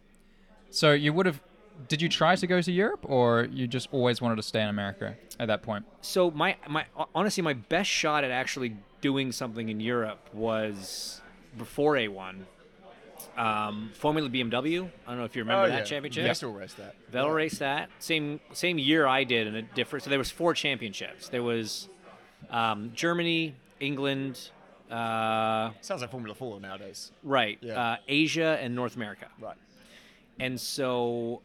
Speaker 1: So you would have. Did you try to go to Europe, or you just always wanted to stay in America at that point?
Speaker 2: so my my honestly my best shot at actually doing something in Europe was before A1 um, Formula BMW. I don't know if you remember
Speaker 3: Oh,
Speaker 2: that
Speaker 3: yeah.
Speaker 2: championship.
Speaker 3: Yeah, I still race that.
Speaker 2: They'll race that same same year I did in a different. So there was four championships. There was um, Germany, England, uh,
Speaker 4: Sounds like Formula Four nowadays.
Speaker 2: right,
Speaker 3: Yeah.
Speaker 2: uh, Asia, and North America.
Speaker 4: Right.
Speaker 2: And so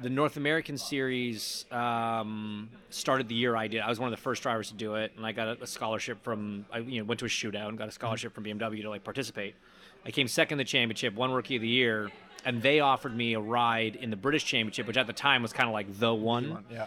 Speaker 2: the North American series um, started the year I did. I was one of the first drivers to do it, and I got a, a scholarship from. I you know went to a shootout and got a scholarship from BMW to like participate. I came second in the championship, won Rookie of the Year, and they offered me a ride in the British Championship, which at the time was kind of like the one.
Speaker 3: Yeah.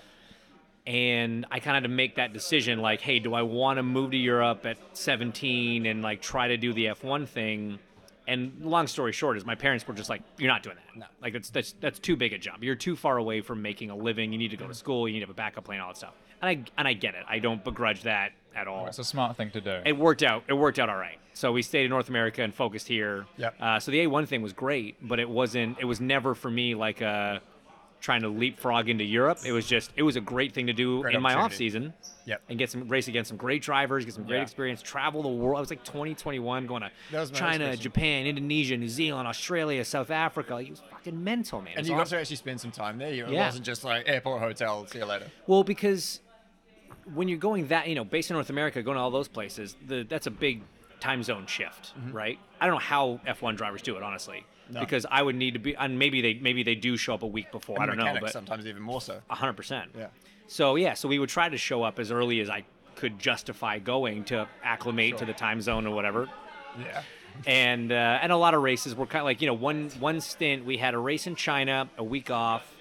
Speaker 2: And I kind of had to make that decision, like, hey, do I want to move to Europe at 17 and like try to do the F1 thing? And long story short is my parents were just like, you're not doing that. No. Like that's that's that's too big a jump. You're too far away from making a living. You need to go to school. You need to have a backup plan, all that stuff. And I and I get it. I don't begrudge that at all.
Speaker 1: It's a smart thing to do.
Speaker 2: It worked out. It worked out all right. So we stayed in North America and focused here.
Speaker 3: Yep.
Speaker 2: Uh, so the A1 thing was great, but it wasn't. It was never for me like uh trying to leapfrog into Europe. It was just. It was a great thing to do
Speaker 3: Great
Speaker 2: in my off
Speaker 3: opportunity.
Speaker 2: season.
Speaker 3: Yep.
Speaker 2: And get some race against some great drivers, get some great
Speaker 1: Yeah.
Speaker 2: experience, travel the world. I was like 20, 21, going
Speaker 4: That
Speaker 2: to
Speaker 4: was my next
Speaker 2: China,
Speaker 4: question.
Speaker 2: Japan, Indonesia, New Zealand, Australia, South Africa. Like, it was fucking mental, man. It
Speaker 4: And
Speaker 2: was
Speaker 4: you got
Speaker 2: awesome.
Speaker 4: to actually spend some time there. You- It
Speaker 2: Yeah.
Speaker 4: wasn't just like airport, hotel, see you later.
Speaker 2: Well, because when you're going that, you know, based in North America, going to all those places, the, that's a big time zone shift,
Speaker 4: Mm-hmm.
Speaker 2: right? I don't know how F1 drivers do it, honestly, because I would need to be, and maybe they maybe they do show up a week before. I don't know,
Speaker 4: mechanics
Speaker 2: but
Speaker 4: sometimes even more so.
Speaker 2: hundred percent.
Speaker 4: Yeah.
Speaker 2: So yeah, so we would try to show up as early as I could justify going to acclimate to the time zone or whatever
Speaker 4: Yeah.
Speaker 2: and uh, and a lot of races were kind of like you know one one stint we had a race in China a week off,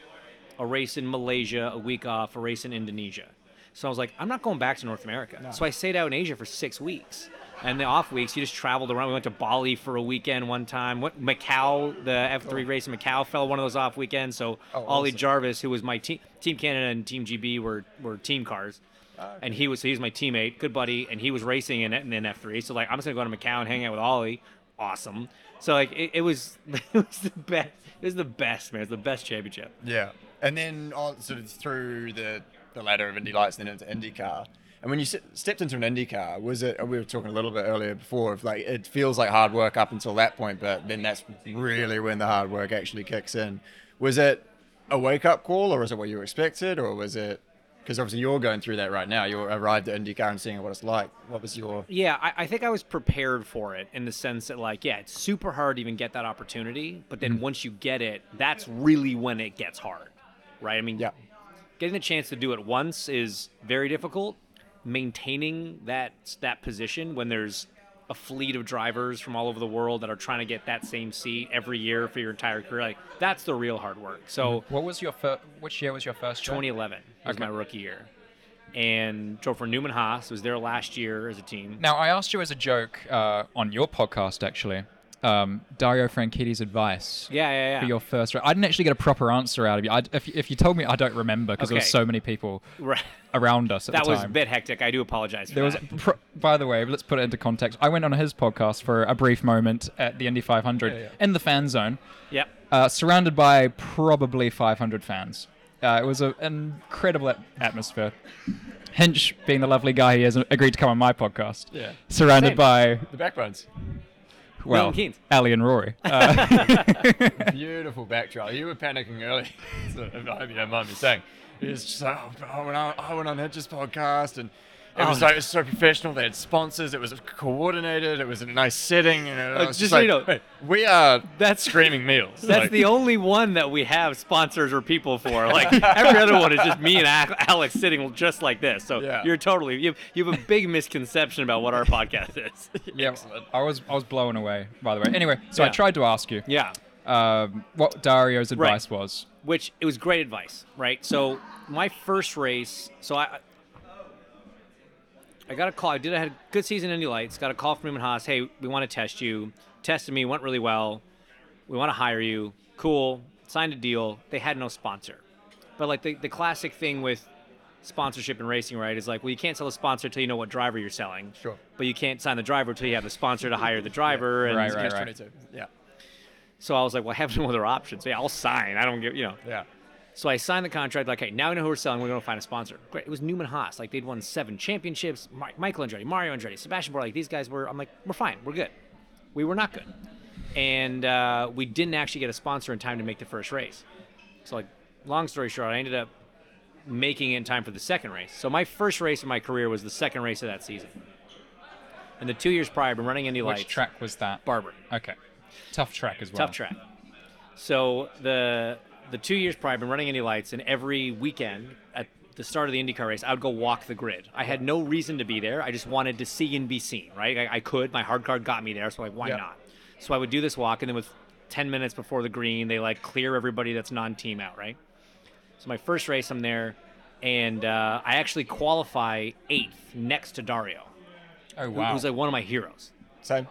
Speaker 2: a race in Malaysia a week off, a race in Indonesia. So I was like, I'm not going back to North America. So I stayed out in Asia for six weeks, and the off weeks you just traveled around. We went to Bali for a weekend one time. What Macau, the F3 race in Macau fell one of those off weekends. So Ollie Jarvis, who was my team, Team Canada and Team GB were were team cars. And he was so he's my teammate, good buddy, and he was racing in in an F3. So like I'm just gonna go to Macau and hang out with Ollie. Awesome. So like it, it was it was the best. It was the best man. It was the best championship.
Speaker 4: Yeah. And then on sort of through the, the ladder of Indy Lights, then into IndyCar. And when you s- stepped into an IndyCar, was it? We were talking a little bit earlier before of like it feels like hard work up until that point, but then that's really when the hard work actually kicks in. Was it a wake up call, or is it what you expected, or was it? Because obviously you're going through that right now. You arrived at IndyCar and seeing what it's like. What was your?
Speaker 2: Yeah, I, I think I was prepared for it in the sense that, like, yeah, it's super hard to even get that opportunity. But then once you get it, that's really when it gets hard, right? I mean,
Speaker 4: Yeah.
Speaker 2: getting the chance to do it once is very difficult. Maintaining that that position when there's a fleet of drivers from all over the world that are trying to get that same seat every year for your entire career, like, that's the real hard work. So.
Speaker 1: what was your first? Which year was your first? trip?
Speaker 2: 2011 was my rookie year, and drove for Newman Haas. Was there last year as a team.
Speaker 1: Now I asked you as a joke uh, on your podcast actually um, Dario Franchitti's advice
Speaker 2: Yeah, yeah, yeah.
Speaker 1: for your first. Ra- I didn't actually get a proper answer out of you. I, if, if you told me, I don't remember because there
Speaker 2: Okay.
Speaker 1: was so many people
Speaker 2: Right.
Speaker 1: around us at
Speaker 2: That
Speaker 1: the
Speaker 2: was
Speaker 1: time.
Speaker 2: a bit hectic. I do apologize for
Speaker 1: There was,
Speaker 2: that.
Speaker 1: pro- by the way, let's put it into context. I went on his podcast for a brief moment at the Indy 500 in the fan zone,
Speaker 2: Yep.
Speaker 1: uh, surrounded by probably 500 fans. Uh, it was a, an incredible at- atmosphere. Hinch, being the lovely guy he is, agreed to come on my podcast.
Speaker 3: Yeah.
Speaker 1: Surrounded
Speaker 2: Same.
Speaker 1: by
Speaker 3: The backbones.
Speaker 1: well,
Speaker 2: Milton Keynes.
Speaker 1: Ali and Rory. Uh,
Speaker 3: Beautiful backdrop. You were panicking early. So, I hope you don't mind me saying. It's just like, oh, I, went on, I went on Hedges podcast and it was
Speaker 2: Oh.
Speaker 3: like it was so professional. They had sponsors. It was coordinated. It was in a nice setting. And I
Speaker 2: Uh,
Speaker 3: was
Speaker 2: just
Speaker 3: just
Speaker 2: so
Speaker 3: like,
Speaker 2: you know,
Speaker 3: "Wait, we are
Speaker 2: that's-
Speaker 3: screaming meals.
Speaker 2: That's
Speaker 3: Like,
Speaker 2: the only one that we have sponsors or people for. Like every other one is just me and Al- Alex sitting just like this. So
Speaker 3: Yeah.
Speaker 2: you're totally you. You have a big misconception about what our podcast is.
Speaker 1: yeah, I was I was blown away. By the way, anyway, so I
Speaker 2: Yeah.
Speaker 1: tried to ask you
Speaker 2: Yeah.
Speaker 1: um, what Dario's advice was.
Speaker 2: which it was great advice, right? So my first race, so I I got a call. I did I had a good season in Indy Lights. Got a call from Newman Haas. Hey, we want to test you. Tested me, went really well. We want to hire you. Cool. Signed a deal. They had no sponsor, but like the the classic thing with sponsorship and racing, right? Is like, well, you can't sell a sponsor until you know what driver you're selling.
Speaker 3: Sure.
Speaker 2: But you can't sign the driver until you have the sponsor to hire the driver. And
Speaker 1: Right, right,
Speaker 3: Catch
Speaker 1: right.
Speaker 3: 22. Yeah.
Speaker 2: So I was like, well, I have no other option. So yeah, I'll sign. I don't give, you know.
Speaker 3: Yeah.
Speaker 2: So I signed the contract. Like, hey, now we know who we're selling. We're going to find a sponsor. Great. It was Newman Haas. Like, they'd won seven championships. Mi- Michael Andretti, Mario Andretti, Sebastian Bohr. Like, these guys were. I'm like, we're fine. We're good. We were not good, and uh, we didn't actually get a sponsor in time to make the first race. So, like, long story short, I ended up making it in time for the second race. So my first race in my career was the second race of that season. And the two years prior, I've been running Indy
Speaker 1: Which
Speaker 2: Lights.
Speaker 1: track was that?
Speaker 2: Barber.
Speaker 1: Okay, tough track as well.
Speaker 2: Tough track. So the the two years prior, I've been running Indy Lights, and every weekend at the start of the IndyCar race, I would go walk the grid. I had no reason to be there. I just wanted to see and be seen, right? I, I could. My hard card got me there, so like, why
Speaker 3: Yeah.
Speaker 2: not? So I would do this walk, and then with 10 minutes before the green, they like clear everybody that's non-team out, right? So my first race, I'm there, and uh, I actually qualify eighth next to Dario,
Speaker 1: Oh
Speaker 2: who-
Speaker 1: wow,
Speaker 2: who's like one of my heroes
Speaker 4: Same.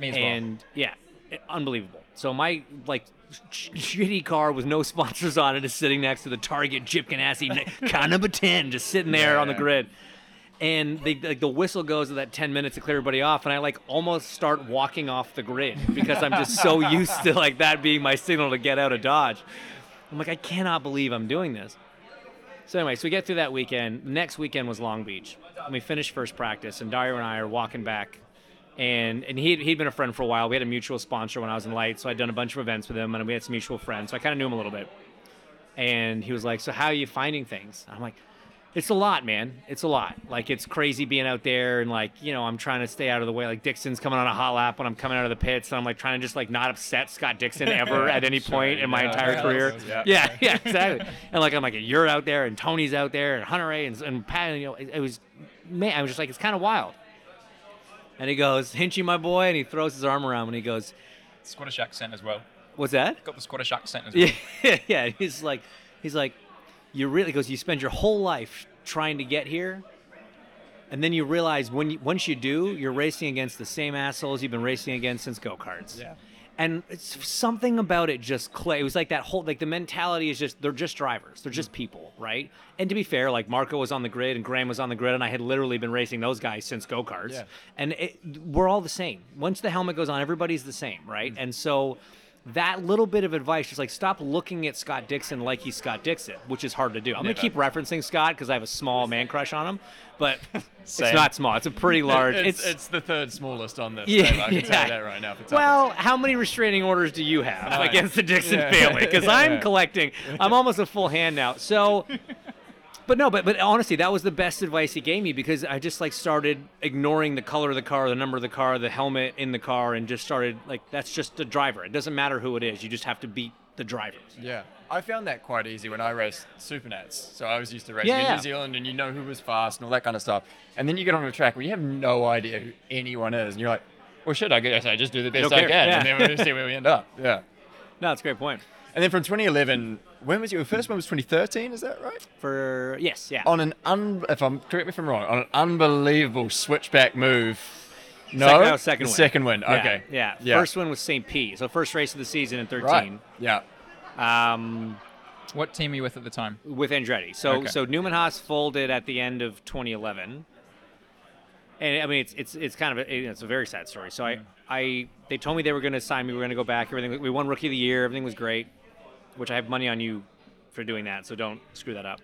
Speaker 1: me as well.
Speaker 2: and yeah, i- unbelievable. So my like sh- shitty car with no sponsors on it is sitting next to the Target Jeep Ganassi ne- car number ten, just sitting there on the
Speaker 4: Yeah.
Speaker 2: grid. And they, like the whistle goes at that ten minutes to clear everybody off, and I like almost start walking off the grid because I'm just so used to like that being my signal to get out of Dodge. I'm like, I cannot believe I'm doing this. So anyway, so we get through that weekend. Next weekend was Long Beach. And we finished first practice, and Dario and I are walking back, and and he he'd been a friend for a while. We had a mutual sponsor when I was in Light, so I'd done a bunch of events with him, and we had some mutual friends. So I kind of knew him a little bit. And he was like, "So how are you finding things?" I'm like, "It's a lot, man. It's a lot. Like it's crazy being out there, and like you know, I'm trying to stay out of the way. Like Dixon's coming on a hot lap when I'm coming out of the pits, and I'm like trying to just like not upset Scott Dixon ever at any point in my
Speaker 3: yeah,
Speaker 2: entire
Speaker 3: yeah,
Speaker 2: career.
Speaker 3: yeah.
Speaker 2: Yeah, yeah, exactly. and like I'm like, you're out there, and Tony's out there, and Hunter A, and, and Pat. And, you know, it, it was, man, I was just like, it's kind of wild. And he goes, Hinchy, my boy, and he throws his arm around, and he goes,
Speaker 1: Scottish accent as well.
Speaker 2: what's that?
Speaker 1: Got the Scottish accent as well.
Speaker 2: Yeah, yeah. He's like, he's like, you really he goes. You spend your whole life trying to get here, and then you realize when you, once you do, you're racing against the same assholes you've been racing against since go karts.
Speaker 3: Yeah.
Speaker 2: And it's something about it just clay. It was like that whole like the mentality is just they're just drivers, they're
Speaker 3: Mm.
Speaker 2: just people, right? And to be fair, like Marco was on the grid and Graham was on the grid, and I had literally been racing those guys since go karts,
Speaker 3: Yeah.
Speaker 2: and it, we're all the same. Once the helmet goes on, everybody's the same, right?
Speaker 3: Mm.
Speaker 2: And so that little bit of advice, just like stop looking at Scott Dixon like he's Scott Dixon, which is hard to do. I'm gonna
Speaker 3: Never.
Speaker 2: keep referencing Scott because I have a small man crush on him, but it's
Speaker 3: Same.
Speaker 2: not small. It's a pretty large.
Speaker 3: It's, it's,
Speaker 2: it's,
Speaker 3: the third smallest on this.
Speaker 2: Yeah,
Speaker 3: Yeah, I can tell
Speaker 2: yeah.
Speaker 3: you that right now. for toughness.
Speaker 2: well, how many restraining orders do you have
Speaker 3: None.
Speaker 2: against the Dixon
Speaker 3: Uh, Yeah.
Speaker 2: family? Because I'm
Speaker 3: Yeah.
Speaker 2: collecting. I'm almost a full hand now. So, but no, but but honestly, that was the best advice he gave me because I just like started ignoring the color of the car, the number of the car, the helmet in the car, and just started like that's just the driver. It doesn't matter who it is. You just have to beat the driver.
Speaker 3: Yeah, I found that quite easy when I raced Supernats. So I was used to racing
Speaker 2: Yeah,
Speaker 3: in
Speaker 2: yeah.
Speaker 3: New Zealand, and you know who was fast and all that kind of stuff. And then you get on a track where you have no idea who anyone is, and you're like, "Well, shit, I guess I just do the best I
Speaker 2: care.
Speaker 3: can, and
Speaker 2: Yeah.
Speaker 3: then we'll see where we end up." Yeah.
Speaker 2: No, that's a great point.
Speaker 3: And then from 2011, when was your first one? Was 2013? Is that right?
Speaker 2: For yes, yeah.
Speaker 3: On an un, if I'm correct me if I'm wrong, on an unbelievable switchback move No,
Speaker 2: Second, that was second
Speaker 3: the
Speaker 2: win.
Speaker 3: second win.
Speaker 2: Yeah,
Speaker 3: Okay,
Speaker 2: Yeah.
Speaker 3: yeah.
Speaker 2: First win was St. Pete. So first race of the season in 13.
Speaker 4: Right. Yeah.
Speaker 2: Um,
Speaker 1: What team are you with at the time?
Speaker 2: with Andretti. So
Speaker 1: Okay.
Speaker 2: so Newman Haas folded at the end of 2011, and I mean it's it's it's kind of a, it's a very sad story. So
Speaker 3: Mm.
Speaker 2: I I they told me they were going to sign me. We were going to go back. Everything we won Rookie of the Year. Everything was great, which I have money on you for doing that. So don't screw that up.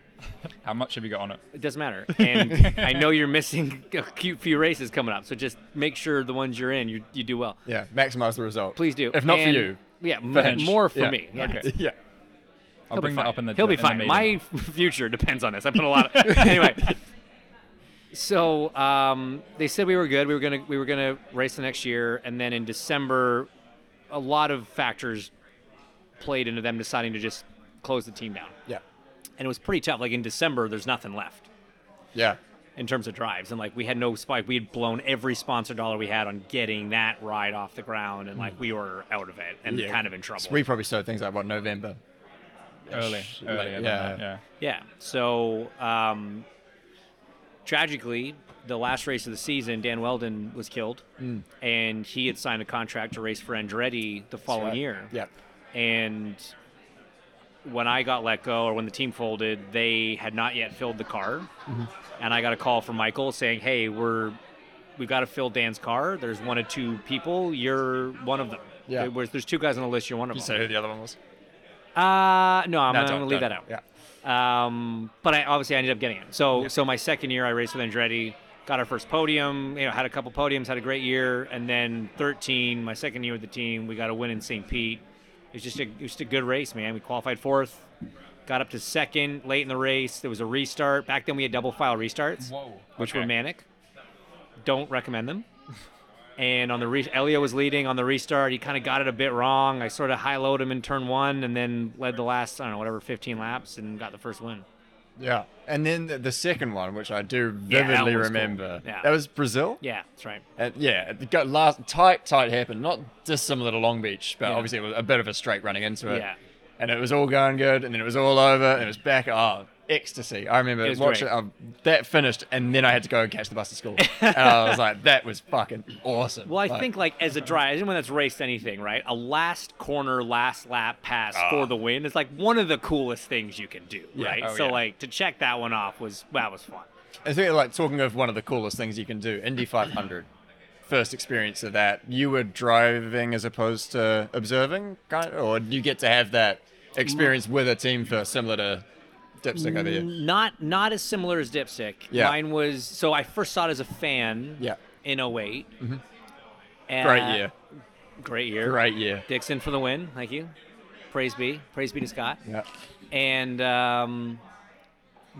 Speaker 1: How much have you got on it?
Speaker 2: It doesn't matter. And I know you're missing a cute few races coming up. So just make sure the ones you're in, you you do well.
Speaker 4: Yeah.
Speaker 3: Maximize the result.
Speaker 2: Please do.
Speaker 3: If not
Speaker 2: And-
Speaker 3: for you.
Speaker 2: Yeah, m-
Speaker 3: Bench.
Speaker 2: more for
Speaker 3: Yeah.
Speaker 2: me. Yeah.
Speaker 1: Okay.
Speaker 3: Yeah.
Speaker 1: I'll bring that
Speaker 2: fine.
Speaker 1: up in the.
Speaker 2: He'll be
Speaker 1: in the
Speaker 2: fine.
Speaker 1: meeting.
Speaker 2: My future depends on this. I put a lot of anyway. So um, they said we were good. We were gonna we were gonna race the next year, and then in December, a lot of factors played into them deciding to just close the team down,
Speaker 4: Yeah.
Speaker 2: and it was pretty tough. Like in December, there's nothing left
Speaker 4: Yeah.
Speaker 2: in terms of drives, and like we had no spike. We had blown every sponsor dollar we had on getting that ride off the ground, and like we were out of it and
Speaker 3: Yeah.
Speaker 2: kind of in trouble.
Speaker 4: So we probably started things like what November.
Speaker 1: early,
Speaker 4: Like,
Speaker 1: early, yeah,
Speaker 4: yeah.
Speaker 1: yeah.
Speaker 2: Yeah. So um, tragically, the last race of the season, Dan Weldon was killed, and he had signed a contract to race for Andretti the following year.
Speaker 4: Yeah.
Speaker 2: And when I got let go, or when the team folded, they had not yet filled the car, and I got a call from Michael saying, "Hey, we're we've got to fill Dan's car. There's one or two people. You're one of them.
Speaker 4: Yeah.
Speaker 2: There was- there's two guys on the list. You're one of
Speaker 3: You
Speaker 2: them.
Speaker 3: say who the other one was?
Speaker 2: Uh, no, I'm,
Speaker 3: No,
Speaker 2: I'm
Speaker 3: don't-
Speaker 2: gonna leave
Speaker 3: don't.
Speaker 2: that out.
Speaker 4: Yeah.
Speaker 2: Um, but I obviously I ended up getting it. So so my second year I raced with Andretti, got our first podium. You know, had a couple podiums, had a great year, and then 13, my second year with the team, we got a win in St. Pete. It was just a it was just a good race, man. We qualified fourth, got up to second late in the race. There was a restart. Back then we had double file restarts,
Speaker 1: Whoa.
Speaker 2: which
Speaker 1: Okay.
Speaker 2: were manic. Don't recommend them. And on the re- Elio was leading on the restart. He kind of got it a bit wrong. I sort of high low him in turn one, and then led the last I don't know whatever 15 laps and got the first win.
Speaker 4: Yeah. And then the, the second one, which I do
Speaker 2: Yeah, that
Speaker 4: vividly
Speaker 2: was cool.
Speaker 4: remember,
Speaker 2: Yeah.
Speaker 4: that was Brazil.
Speaker 2: Yeah, that's right.
Speaker 3: And yeah, it got last tight, tight happened. Not dissimilar to Long Beach, but
Speaker 2: Yeah.
Speaker 3: obviously it was a bit of a straight running into it.
Speaker 2: Yeah.
Speaker 3: And it was all going good, and then it was all over, and it was back. Oh, ecstasy! I remember
Speaker 2: It was
Speaker 3: watching
Speaker 2: great.
Speaker 3: um, that finished, and then I had to go and catch the bus to school. and I was like, that was fucking awesome.
Speaker 2: Well, I
Speaker 3: Like,
Speaker 2: think like as a drive, anyone that's raced anything, right? A last corner, last lap pass for the win is like one of the coolest things you can do, right?
Speaker 1: Oh,
Speaker 2: so
Speaker 1: Ah. yeah.
Speaker 2: like to check that one off was that was fun.
Speaker 3: I think like talking of one of the coolest things you can do, Indy 500.
Speaker 4: First experience of that. You were driving as opposed to observing, kind of, or you get to have that experience with a team for similar to Dipstick over here.
Speaker 2: Not not as similar as Dipstick.
Speaker 4: Yeah.
Speaker 2: Mine was so I first saw it as a fan.
Speaker 4: Yeah.
Speaker 2: In 8 And,
Speaker 3: Mm-hmm. Great year,
Speaker 2: Great year.
Speaker 3: great year.
Speaker 2: Dixon for the win. Thank you. Praise be. Praise be to Scott.
Speaker 4: Yeah.
Speaker 2: And um,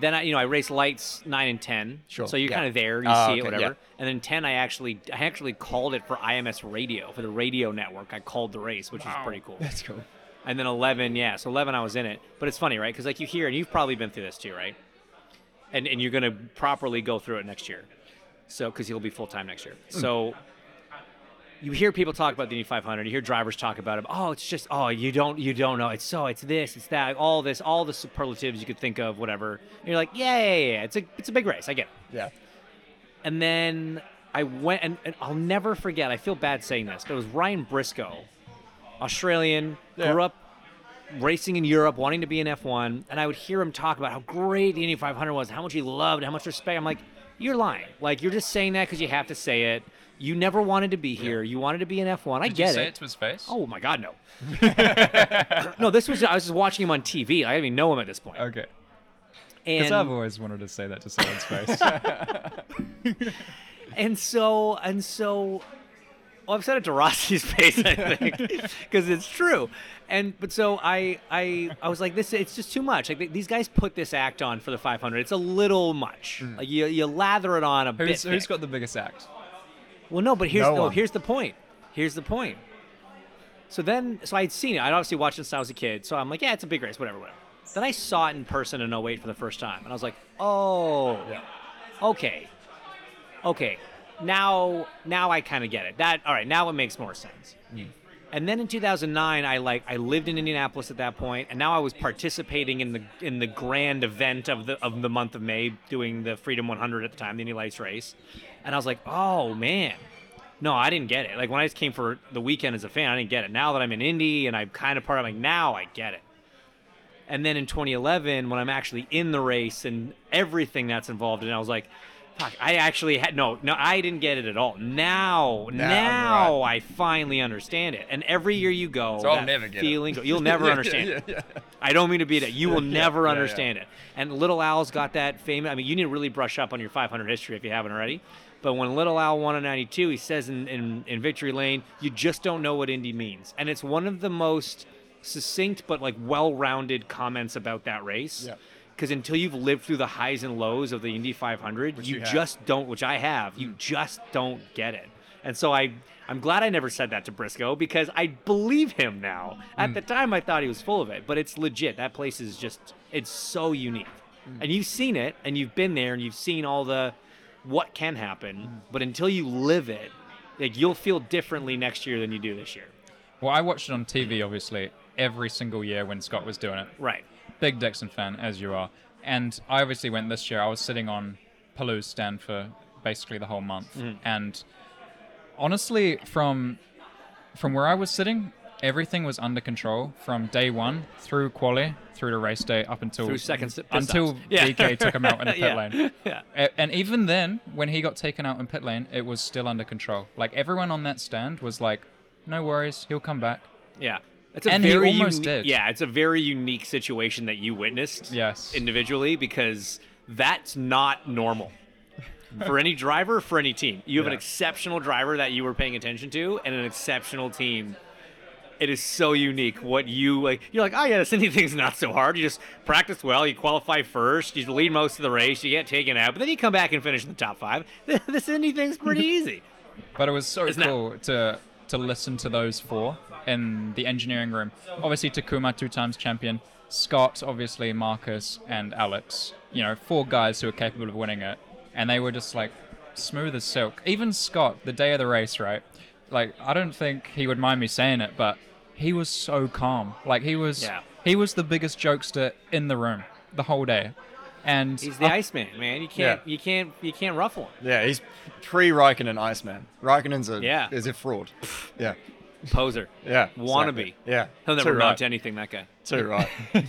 Speaker 2: then I, you know, I raced lights nine and ten.
Speaker 4: Sure,
Speaker 2: So you're
Speaker 4: yeah.
Speaker 2: kind of there. You
Speaker 4: Ah,
Speaker 2: see it,
Speaker 4: okay,
Speaker 2: whatever.
Speaker 4: yeah.
Speaker 2: And then ten, I actually, I actually called it for IMS Radio for the radio network. I called the race, which was pretty cool.
Speaker 4: That's cool.
Speaker 2: And then 11, yeah. So 11, I was in it. But it's funny, right? Because, like, you hear, and you've probably been through this too, right? And, and you're going to properly go through it next year. So, because he'll be full time next year.
Speaker 4: Hmm.
Speaker 2: So, you hear people talk about the Indy 500. You hear drivers talk about it. Oh, it's just, oh, you don't, you don't know. It's so, it's this, it's that, all this, all the superlatives you could think of, whatever. And you're like, yeah, yeah, yeah. yeah. It's a, it's a big race. I get it
Speaker 4: Yeah.
Speaker 2: and then I went, and, and I'll never forget. I feel bad saying this, but it was Ryan Briscoe, Australian, grew up racing in Europe, wanting to be in F1, and I would hear him talk about how great the Indy 500 was, how much he loved, how much respect. I'm like, you're lying. Like you're just saying that because you have to say it. You never wanted to be here. You wanted to be in F1. I
Speaker 1: Did
Speaker 2: get
Speaker 1: you say
Speaker 2: it.
Speaker 1: it to his face?
Speaker 2: Oh my God, no. no, this was I was just watching him on TV. I didn't even know him at this point.
Speaker 1: okay.
Speaker 2: And
Speaker 1: Because I've always wanted to say that to someone's face.
Speaker 2: And so, and so, oh, well, I've said it to Rossi's face, I think, because it's true. And but so I, I, I was like, this, it's just too much. Like th- these guys put this act on for the 500. It's a little much. Like you, you lather it on a bit.
Speaker 1: Mm. who's, who's
Speaker 2: thick.
Speaker 1: got the biggest act?
Speaker 2: Well, no, but here's
Speaker 4: No
Speaker 2: no,
Speaker 4: one.
Speaker 2: here's the point. Here's the point. So then, so I had seen it. I'd obviously watched it since I was a kid. So I'm like, yeah, it's a big race, whatever, whatever. Then I saw it in person in 08 for the first time, and I was like, oh, okay, okay. Now, now I kind of get it. That all right. Now it makes more sense. And then in 2009, I like I lived in Indianapolis at that point, and now I was participating in the in the grand event of the of the month of May, doing the Freedom 100 at the time, the Indy Lights race, and I was like, oh man, No, I didn't get it. Like when I just came for the weekend as a fan, I didn't get it. Now that I'm in Indy and I'm kind of part of like now I get it. And then in 2011, when I'm actually in the race and everything that's involved in, it, I was like, "Fuck!" I actually had no, no, I didn't get it at all. Now, now, I finally understand it. And every year you go,
Speaker 3: So I'll
Speaker 2: that
Speaker 3: never get it.
Speaker 2: feeling, you'll never
Speaker 3: Yeah,
Speaker 2: understand.
Speaker 3: yeah,
Speaker 2: it.
Speaker 3: yeah, yeah.
Speaker 2: I don't mean to be that. You will never
Speaker 3: yeah, yeah.
Speaker 2: understand it. And Little Al's got that famous. I mean, you need to really brush up on your 500 history if you haven't already. But when Little Al won in 92, he says in, in, in Victory Lane, you just don't know what Indy means. And it's one of the most succinct but like well-rounded comments about that race.
Speaker 4: Yeah.
Speaker 2: Because until you've lived through the highs and lows of the Indy 500, you,
Speaker 4: you have.
Speaker 2: just don't, which I have, you just don't get it. And so I, I'm glad I never said that to Briscoe because I believe him now. At the time, I thought he was full of it, but it's legit. That place is just, it's so unique. And you've seen it, and you've been there, and you've seen all the what can happen. But until you live it, like you'll feel differently next year than you do this year.
Speaker 1: Well, I watched it on TV, obviously, every single year when Scott was doing it.
Speaker 2: Right.
Speaker 1: Big Dixon fan, as you are. And I obviously went this year. I was sitting on Palou's stand for basically the whole month.
Speaker 2: Mm-hmm.
Speaker 1: And honestly, from from where I was sitting, everything was under control from day one through quali, through to race day, up until
Speaker 2: Through second s- pit
Speaker 1: until
Speaker 2: stops. Yeah.
Speaker 1: DK took him out in the pit
Speaker 2: Yeah.
Speaker 1: lane.
Speaker 2: Yeah.
Speaker 1: A- And even then, when he got taken out in pit lane, it was still under control. Like everyone on that stand was like, "No worries, he'll come back."
Speaker 2: Yeah. It's a
Speaker 1: And he
Speaker 2: very
Speaker 1: almost
Speaker 2: uni-
Speaker 1: did.
Speaker 2: Yeah, it's a very unique situation that you witnessed
Speaker 1: Yes.
Speaker 2: individually because that's not normal. for any driver, for any team. You have an
Speaker 1: Yeah.
Speaker 2: exceptional driver that you were paying attention to and an exceptional team. It is so unique what you like you're like, oh yeah, this Indy thing's not so hard. You just practice well, you qualify first, you lead most of the race, you get taken out, but then you come back and finish in the top five. this Indy thing's pretty easy.
Speaker 1: But it was so
Speaker 2: Isn't that-
Speaker 1: cool to to listen to those four in the engineering room. Obviously, Takuma, two times champion, Scott, obviously Marcus and Alex. You know, four guys who are capable of winning it, and they were just like smooth as silk. Even Scott, the day of the race, right? Like, I don't think he would mind me saying it, but he was so calm. Like he was,
Speaker 2: Yeah.
Speaker 1: he was the biggest jokester in the room the whole day. And
Speaker 2: He's the Iceman, man. You can't you can't you can't ruffle him.
Speaker 4: Yeah, he's pre Raikkonen Iceman. Raikkonen's a
Speaker 2: Yeah.
Speaker 4: is a fraud. Yeah,
Speaker 2: Poser.
Speaker 4: yeah,
Speaker 2: Wannabe.
Speaker 4: exactly. Yeah,
Speaker 2: He'll never
Speaker 4: too
Speaker 2: amount
Speaker 4: right.
Speaker 2: to anything, that guy.
Speaker 4: Too right.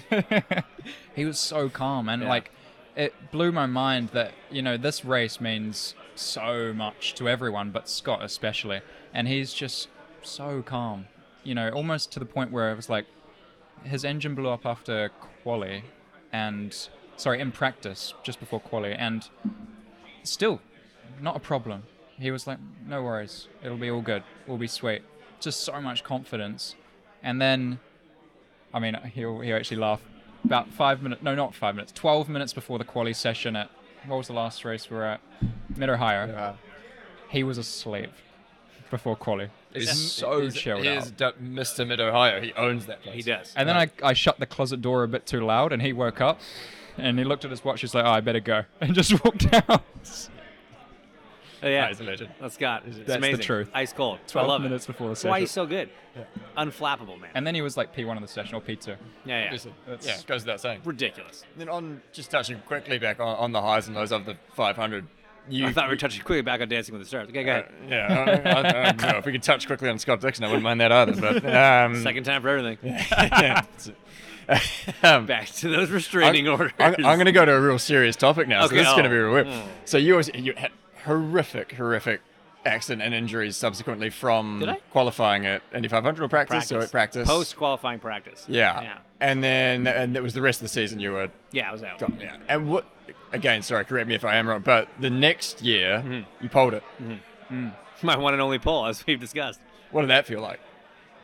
Speaker 1: he was so calm and like it blew my mind that you know this race means so much to everyone but scott especially and he's just so calm you know almost to the point where it was like his engine blew up after quali and sorry in practice just before quali and still not a problem he was like no worries it'll be all good we'll be sweet just so much confidence and then I mean, he'll he'll actually laugh. About five minutes, no, not five minutes, twelve minutes before the quali session at what was the last race we were at? Mid Ohio.
Speaker 4: Wow.
Speaker 1: He was asleep before quali. He's so
Speaker 3: he's-
Speaker 1: chilled
Speaker 3: he
Speaker 1: out.
Speaker 3: Is du- Mr. Mid Ohio. He owns that place.
Speaker 2: He does.
Speaker 1: and then I, I shut the closet door a bit too loud, and he woke up, and he looked at his watch. He's like, "Oh, I better go," and just walked out.
Speaker 2: Oh, yeah,
Speaker 3: That is a legend.
Speaker 2: That's Scott. It's
Speaker 1: the
Speaker 2: amazing.
Speaker 1: truth.
Speaker 2: Ice cold. I
Speaker 1: Twelve
Speaker 2: love
Speaker 1: minutes
Speaker 2: it.
Speaker 1: before the
Speaker 2: That's why
Speaker 1: session.
Speaker 2: he's so good. Unflappable, man.
Speaker 1: and then he was like P1 of the session or P2.
Speaker 2: yeah, yeah.
Speaker 3: Obviously.
Speaker 1: That's-
Speaker 3: Yeah, goes without saying.
Speaker 2: Ridiculous.
Speaker 4: then on just touching quickly back on, on the highs and lows of the 500. You
Speaker 2: I thought we were touching quickly back on Dancing with the Stars. Okay, go ahead.
Speaker 4: yeah, I, I, I don't know. if we could touch quickly on Scott Dixon, I wouldn't mind that either. But um,
Speaker 2: Second time for everything.
Speaker 4: yeah. Um,
Speaker 2: Back to those restraining orders.
Speaker 4: I'm, I'm going to go to a real serious topic now. so
Speaker 2: Okay,
Speaker 4: this is going to
Speaker 2: oh.
Speaker 4: be a whip.
Speaker 2: Mm.
Speaker 4: So you always, you had horrific, horrific accident and injuries subsequently from
Speaker 2: Did I?
Speaker 4: qualifying at Indy 500 or practice, or at practice.
Speaker 2: Post qualifying practice.
Speaker 4: Yeah.
Speaker 2: Yeah.
Speaker 4: And then and it was the rest of the season you were
Speaker 2: Yeah, I was out.
Speaker 4: got yeah. And what again, sorry, correct me if I am wrong, but the next year
Speaker 2: Hmm.
Speaker 4: you pulled it.
Speaker 2: My one and only poll, as we've discussed.
Speaker 4: What did that feel like?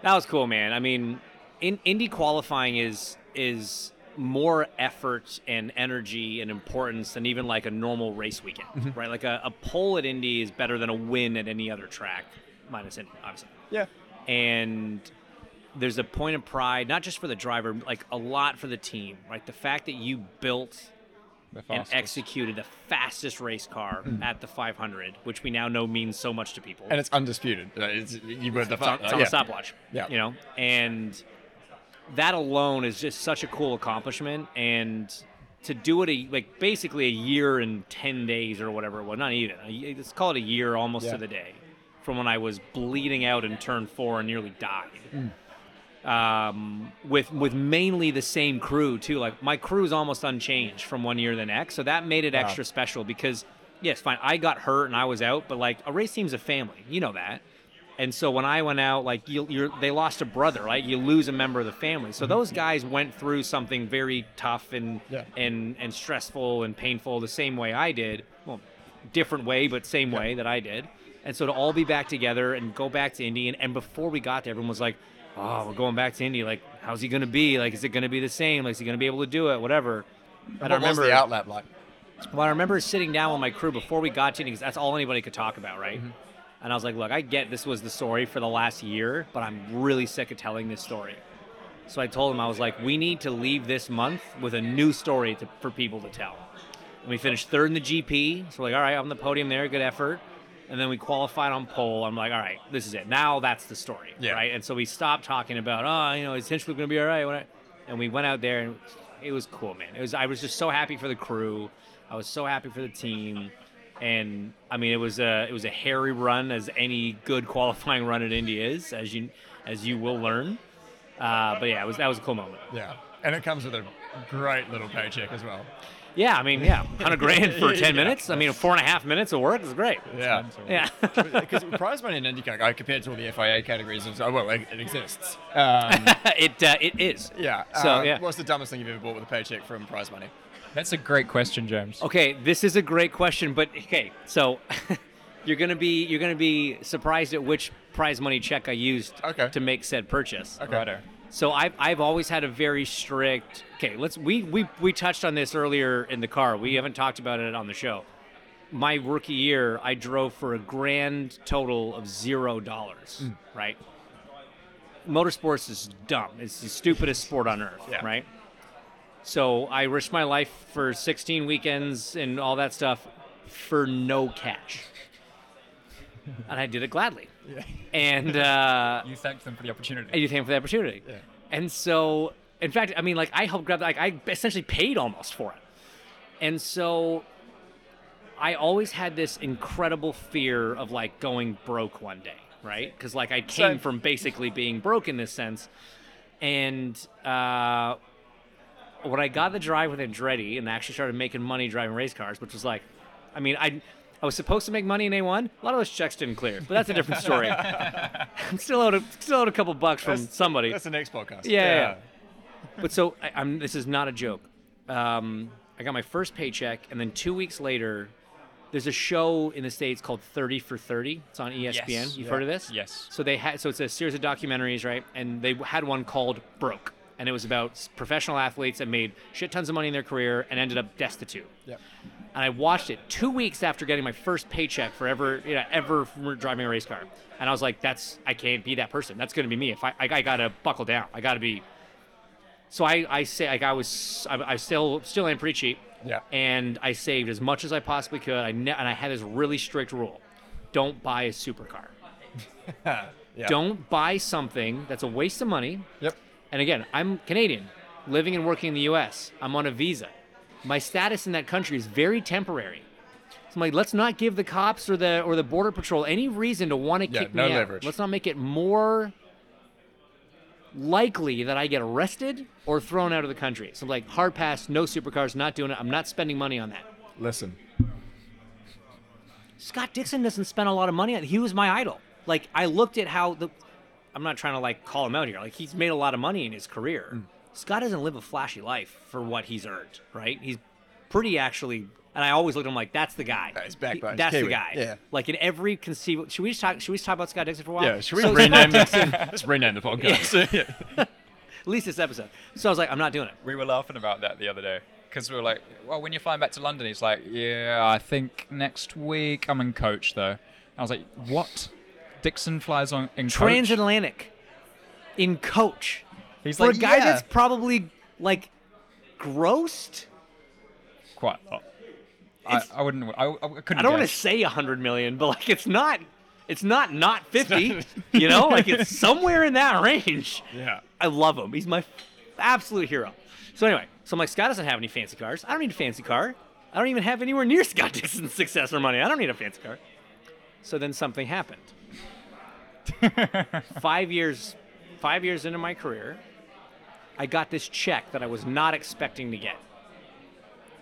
Speaker 2: That was cool, man. I mean, in Indy qualifying is is more effort and energy and importance than even like a normal race weekend, right? Like a, a pole at Indy is better than a win at any other track, minus Indy, obviously.
Speaker 4: Yeah.
Speaker 2: And there's a point of pride, not just for the driver, like a lot for the team, right? The fact that you built
Speaker 1: The
Speaker 2: and
Speaker 1: fastest.
Speaker 2: executed the fastest race car at the 500, which we now know means so much to people
Speaker 4: And it's undisputed. Uh, It's, you were the
Speaker 2: it's on,
Speaker 4: front. Uh,
Speaker 2: it's on
Speaker 4: yeah.
Speaker 2: a stopwatch.
Speaker 4: Yeah.
Speaker 2: You know, and that alone is just such a cool accomplishment. And to do it a, like basically a year and 10 days or whatever it was, not even, a, y- let's call it a year almost
Speaker 4: Yeah.
Speaker 2: to the day from when I was bleeding out in turn four and nearly died. Um, with with mainly the same crew too. Like my crew is almost unchanged from one year to the next, so that made it extra special because yes, fine, I got hurt and I was out, but like a race team's a family, you know that. And so when I went out, like you, you're, they lost a brother, right? You lose a member of the family. So those guys went through something very tough and
Speaker 4: Yeah.
Speaker 2: and and stressful and painful the same way I did. Well, different way, but same way that I did. And so to all be back together and go back to Indy, and, and before we got there, everyone was like, "Oh, we're going back to Indy. Like, how's he gonna be? Like, is it gonna be the same? Like, is he gonna be able to do it? Whatever." And I
Speaker 4: What was
Speaker 2: remember
Speaker 4: the outlap like?
Speaker 2: well, I remember sitting down with my crew before we got to it because that's all anybody could talk about, right?
Speaker 4: Mm-hmm.
Speaker 2: And I was like, look, I get this was the story for the last year, but I'm really sick of telling this story. So I told them, I was like, we need to leave this month with a new story to, for people to tell. And we finished third in the GP. So we're like, all right, on the podium there, good effort. And then we qualified on pole. I'm like, all right, this is it. Now that's the story,
Speaker 4: Yeah.
Speaker 2: right? And so we stopped talking about, oh, you know, is Hinchcliffe going to be all right? What- And we went out there, and it was cool, man. It was. I was just so happy for the crew. I was so happy for the team. And I mean, it was a it was a hairy run, as any good qualifying run at Indy is, as you as you will learn. Uh, but yeah, it was that was a cool moment.
Speaker 4: Yeah, and it comes with a great little paycheck as well.
Speaker 2: Yeah, I mean, yeah, hundred grand for ten
Speaker 4: Yeah.
Speaker 2: minutes. I mean, four and a half minutes of work is great.
Speaker 4: Yeah,
Speaker 2: Yeah,
Speaker 4: because prize money in IndyCar, like, compared to all the FIA categories, it's- oh, well, it, it exists. Um,
Speaker 2: it uh, it is.
Speaker 4: yeah.
Speaker 2: So,
Speaker 4: uh,
Speaker 2: yeah.
Speaker 4: What's the dumbest thing you've ever bought with a paycheck from prize money?
Speaker 1: That's a great question, James.
Speaker 2: Okay, this is a great question, but okay, so you're gonna be you're gonna be surprised at which prize money check I used
Speaker 4: Okay.
Speaker 2: to make said purchase.
Speaker 4: Okay.
Speaker 1: Righto.
Speaker 2: So I've I've always had a very strict. Okay, let's we we we touched on this earlier in the car. We haven't talked about it on the show. My rookie year, I drove for a grand total of zero dollars. Right. Motorsports is dumb. It's the stupidest sport on earth.
Speaker 4: Yeah.
Speaker 2: Right. So I risked my life for 16 weekends and all that stuff for no cash. and I did it gladly. And uh,
Speaker 1: You thanked them for the
Speaker 2: and
Speaker 1: opportunity.
Speaker 2: you thank them for the opportunity. And so, in fact, I mean, like I helped grab, like I essentially paid almost for it. And so, I always had this incredible fear of like going broke one day, right? Because like I came
Speaker 4: Same.
Speaker 2: from basically being broke in this sense, and uh, when I got the drive with Andretti and actually started making money driving race cars, which was like, I mean, I. I was supposed to make money in A1. A lot of those checks didn't clear, but that's a different story. I'm still out, a, still out a couple bucks from somebody.
Speaker 4: That's the next podcast.
Speaker 2: Yeah, yeah, yeah. But so I, I'm. This is not a joke. Um, I got my first paycheck, and then two weeks later, there's a show in the states called Thirty for Thirty. It's on E ESPN.
Speaker 1: Yes.
Speaker 2: You've heard of this?
Speaker 1: Yes.
Speaker 2: So they had. So it's a series of documentaries, right? And they had one called Broke, and it was about s- professional athletes that made shit tons of money in their career and ended up destitute.
Speaker 4: Yeah.
Speaker 2: And I watched it two weeks after getting my first paycheck for ever, you know, ever from driving a race car. And I was like, "That's I can't be that person. That's going to be me. If I, I, I gotta buckle down. I gotta be so I, I say like I was I, I still still am pretty cheap.
Speaker 4: Yeah.
Speaker 2: And I saved as much as I possibly could. I ne- and I had this really strict rule: don't buy a supercar.
Speaker 4: Yeah.
Speaker 2: Don't buy something that's a waste of money.
Speaker 4: Yep.
Speaker 2: And again, I'm Canadian, living and working in the U.S. I'm on a visa. My status in that country is very temporary. So I'm like, let's not give the cops or the or the border patrol any reason to want to
Speaker 4: Yeah,
Speaker 2: kick
Speaker 4: no
Speaker 2: me
Speaker 4: leverage.
Speaker 2: out. Let's not make it more likely that I get arrested or thrown out of the country. So like, hard pass, no supercars, not doing it. I'm not spending money on that.
Speaker 4: Listen.
Speaker 2: Scott Dixon doesn't spend a lot of money on. He was my idol. Like I looked at how the. I'm not trying to like call him out here. Like he's made a lot of money in his career. Scott doesn't live a flashy life for what he's earned. Right? He's pretty actually. And I always looked at him like that's the guy.
Speaker 4: He's backbone.
Speaker 2: That's the
Speaker 4: Kiwi.
Speaker 2: guy.
Speaker 4: Yeah.
Speaker 2: Like in every conceivable. Should we just talk? Should we just talk about Scott Dixon for a while?
Speaker 4: Yeah. Should we
Speaker 2: So Scott
Speaker 4: rename?
Speaker 2: Dixon-
Speaker 4: let's rename the podcast. Yeah.
Speaker 2: at least this episode. So I was like, I'm not doing it.
Speaker 1: We were laughing about that the other day because we were like, well, when you're flying back to London, he's like, yeah, I think next week I'm in coach though. I was like, what? Dixon flies on in coach?
Speaker 2: Transatlantic, in coach.
Speaker 1: He's
Speaker 2: for
Speaker 1: like,
Speaker 2: a guy
Speaker 1: yeah.
Speaker 2: that's probably like grossed.
Speaker 1: quite a lot. I, I wouldn't. I, I couldn't.
Speaker 2: I don't want to
Speaker 1: guess.
Speaker 2: say 100 million, but like it's not it's not not 50, you know? Like it's somewhere in that range.
Speaker 4: yeah.
Speaker 2: I love him. He's my f- absolute hero. So anyway, so I'm like Scott doesn't have any fancy cars. I don't need a fancy car. I don't even have anywhere near Scott Dixon's success or money. I don't need a fancy car. So then something happened. five years, five years into my career, I got this check that I was not expecting to get.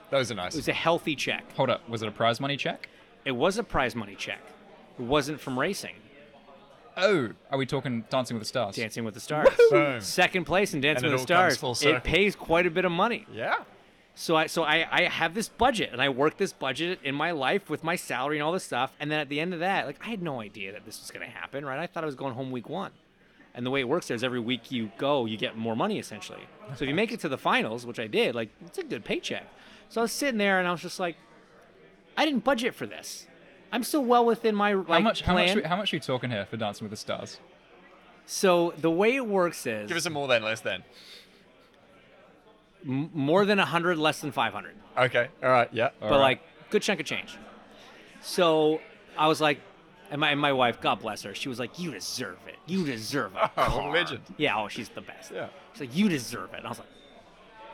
Speaker 4: Those are nice.
Speaker 2: It was a healthy check.
Speaker 1: Hold up, was it a prize money check?
Speaker 2: It was a prize money check. It wasn't from racing.
Speaker 1: Oh, are we talking Dancing with the Stars?
Speaker 2: Dancing with the Stars.
Speaker 4: Boom.
Speaker 2: Second place in Dancing
Speaker 4: And it
Speaker 2: with the
Speaker 4: all comes
Speaker 2: Stars.
Speaker 4: full
Speaker 2: it
Speaker 4: circle.
Speaker 2: pays quite a bit of money.
Speaker 4: Yeah.
Speaker 2: So I so I, I have this budget and I work this budget in my life with my salary and all this stuff. And then at the end of that, like I had no idea that this was gonna happen, right? I thought I was going home week one. And the way it works there is every week you go, you get more money essentially. So if you make it to the finals, which I did, like it's a good paycheck. So I was sitting there and I was just like, I didn't budget for this. I'm still well within my like,
Speaker 1: How much? How
Speaker 2: plan.
Speaker 1: much? we- How much are we talking here for Dancing with the Stars?
Speaker 2: So the way it works is
Speaker 4: Give us a more than, less than.
Speaker 2: m- more than 100, less than 500.
Speaker 4: Okay. All right. Yeah.
Speaker 1: All
Speaker 2: but
Speaker 1: right.
Speaker 2: like good chunk of change. So I was like, and my, and my wife, God bless her, she was like, "You deserve it. You deserve it."
Speaker 4: Oh, what a legend.
Speaker 2: Yeah, oh, she's the best.
Speaker 4: Yeah. Uh,
Speaker 2: She's like, "You deserve it." And I was like,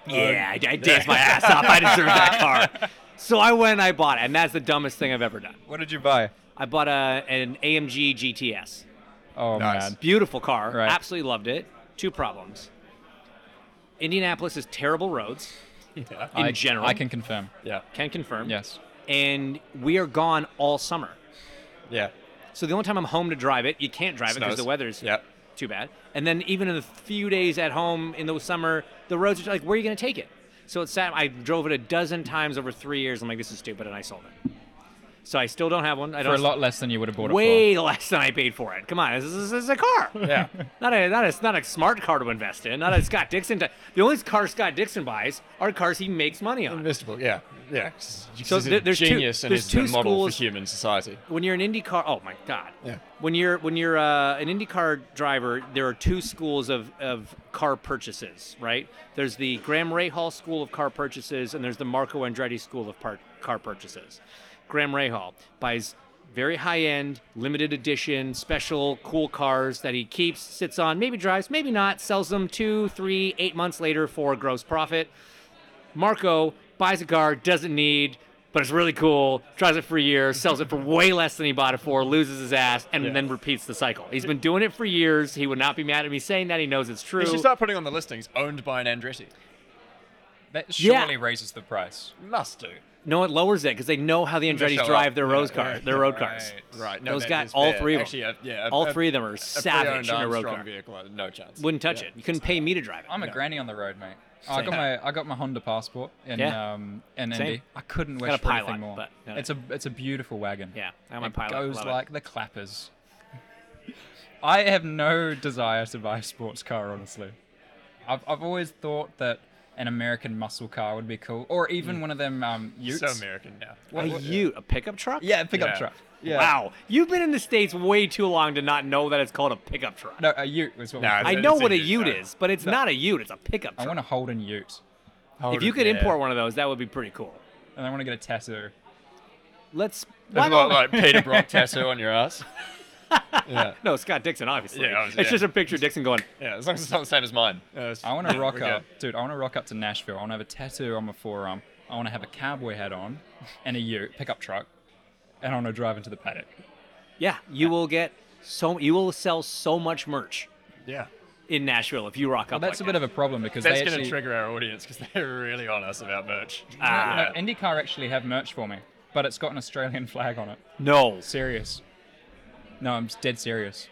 Speaker 2: "Yeah, I, I danced my ass off. I deserve that car." So I went and I bought it, and that's the dumbest thing I've ever done.
Speaker 1: What did you buy?
Speaker 2: I bought a an AMG GTS.
Speaker 1: Oh
Speaker 4: Nice.
Speaker 1: man,
Speaker 2: Beautiful car.
Speaker 1: Right.
Speaker 2: Absolutely loved it. Two problems. Indianapolis is terrible roads in
Speaker 1: I,
Speaker 2: general.
Speaker 1: I can confirm.
Speaker 4: Yeah.
Speaker 2: can confirm
Speaker 1: Yes.
Speaker 2: and we are gone all summer.
Speaker 4: Yeah.
Speaker 2: So the only time I'm home to drive it, you can't drive it because
Speaker 4: Snows.
Speaker 2: the weather's
Speaker 4: Yep.
Speaker 2: too bad. And then even in the few days at home in the summer, the roads are like, where are you going to take it? So it's sad. I drove it a dozen times over three years. I'm like, this is stupid, and I sold it. So I still don't have one. I
Speaker 1: For
Speaker 2: don't
Speaker 1: a lot less than you would have bought it
Speaker 2: way less than I paid for it. Come on, this is, this is a car.
Speaker 4: Yeah.
Speaker 2: Not a not a not a smart car to invest in. Not a Scott Dixon. T- the only cars Scott Dixon buys are cars he makes money on.
Speaker 4: Investable. Yeah. Yeah.
Speaker 2: So
Speaker 4: So
Speaker 2: there- there's
Speaker 4: there's
Speaker 2: two-
Speaker 4: genius and
Speaker 2: there's
Speaker 4: is
Speaker 2: two
Speaker 4: the model
Speaker 2: schools-
Speaker 4: for human society.
Speaker 2: when you're an IndyCar, oh my god.
Speaker 4: Yeah.
Speaker 2: When you're when you're uh, an IndyCar driver, there are two schools of, of car purchases, right? There's the Graham Rahal school of car purchases, and there's the Marco Andretti school of par- car purchases. Graham Rahal buys very high end, limited edition, special, cool cars that he keeps, sits on, maybe drives, maybe not, sells them two, three, eight months later for gross profit. Marco buys a car, doesn't need, but it's really cool, tries it for a year, sells it for way less than he bought it for, loses his ass, and then repeats the cycle. He's been doing it for years. He would not be mad at me saying that. He knows it's true.
Speaker 4: You should start putting on the listings owned by an Andretti.
Speaker 1: for. That
Speaker 2: Yeah.
Speaker 1: surely raises the price.
Speaker 4: Must do.
Speaker 2: no, it lowers it because they know how the Andretti's
Speaker 4: show up.
Speaker 2: drive their
Speaker 4: Yeah,
Speaker 2: road
Speaker 4: yeah,
Speaker 2: cars, their
Speaker 4: yeah,
Speaker 2: road cars.
Speaker 4: Right. No,
Speaker 2: Those
Speaker 4: that
Speaker 2: got
Speaker 4: is
Speaker 2: all
Speaker 4: fair.
Speaker 2: three of them.
Speaker 4: Actually, a- yeah, a-
Speaker 2: All
Speaker 4: a-
Speaker 2: three of them are
Speaker 4: a
Speaker 2: savage in
Speaker 4: pre-owned
Speaker 2: a road
Speaker 4: Armstrong
Speaker 2: car.
Speaker 4: vehicle, no chance.
Speaker 2: Wouldn't touch it. You couldn't pay me to drive it.
Speaker 1: I'm a granny on the road, mate. Oh, I got my I got my Honda passport in
Speaker 2: Yeah.
Speaker 1: um in
Speaker 2: Same.
Speaker 1: Indy. I couldn't
Speaker 2: got
Speaker 1: wish
Speaker 2: a
Speaker 1: for
Speaker 2: Pilot,
Speaker 1: anything more.
Speaker 2: but- no, no.
Speaker 1: It's a it's a beautiful wagon.
Speaker 2: Yeah, I'm a
Speaker 1: it
Speaker 2: Pilot,
Speaker 1: Goes
Speaker 2: love it.
Speaker 1: like the clappers. I have no desire to buy a sports car, honestly. I've I've always thought that an American muscle car would be cool, or even one of them um Utes.
Speaker 4: It's Mm. so American now.
Speaker 2: a Ute, a pickup truck?
Speaker 1: Yeah, a pickup
Speaker 4: Yeah.
Speaker 1: truck. Yeah.
Speaker 2: Wow, you've been in the states way too long to not know that it's called a pickup truck.
Speaker 1: No, a Ute was what. we
Speaker 4: Nah,
Speaker 1: called
Speaker 2: I
Speaker 1: it.
Speaker 4: it's
Speaker 2: know
Speaker 4: a
Speaker 2: what a Ute
Speaker 4: Ute, right.
Speaker 2: is, but it's not a Ute. It's a pickup
Speaker 1: I
Speaker 2: truck.
Speaker 1: want a Holden Ute,
Speaker 2: if you could import one of those, that would be pretty cool.
Speaker 1: and I want to get a tattoo.
Speaker 2: Let's.
Speaker 4: There's
Speaker 2: Why
Speaker 4: a lot
Speaker 2: don't-
Speaker 4: like Peter Brock tattoo on your ass. yeah.
Speaker 2: No, Scott Dixon, obviously.
Speaker 4: Yeah, obviously,
Speaker 2: it's
Speaker 4: yeah.
Speaker 2: just a picture of Dixon going,
Speaker 4: Yeah, as long as it's not the same as mine. Yeah, it's-
Speaker 1: I want to rock
Speaker 4: we're good.
Speaker 1: up, dude. I want to rock up to Nashville. I want to have a tattoo on my forearm. I want to have a cowboy hat on, and a Ute pickup truck, and I want to drive into the paddock.
Speaker 2: yeah, you will get so you will sell so much merch
Speaker 4: Yeah.
Speaker 2: in Nashville if you rock
Speaker 1: Well,
Speaker 2: up.
Speaker 1: that's a
Speaker 2: like
Speaker 1: bit
Speaker 2: that.
Speaker 1: of a problem because
Speaker 4: That's
Speaker 1: they
Speaker 4: going
Speaker 1: actually
Speaker 4: to trigger our audience because they're really on us about merch.
Speaker 2: Ah.
Speaker 1: No, IndyCar actually have merch for me, but it's got an Australian flag on it.
Speaker 2: no.
Speaker 1: Serious? No, I'm s- dead serious.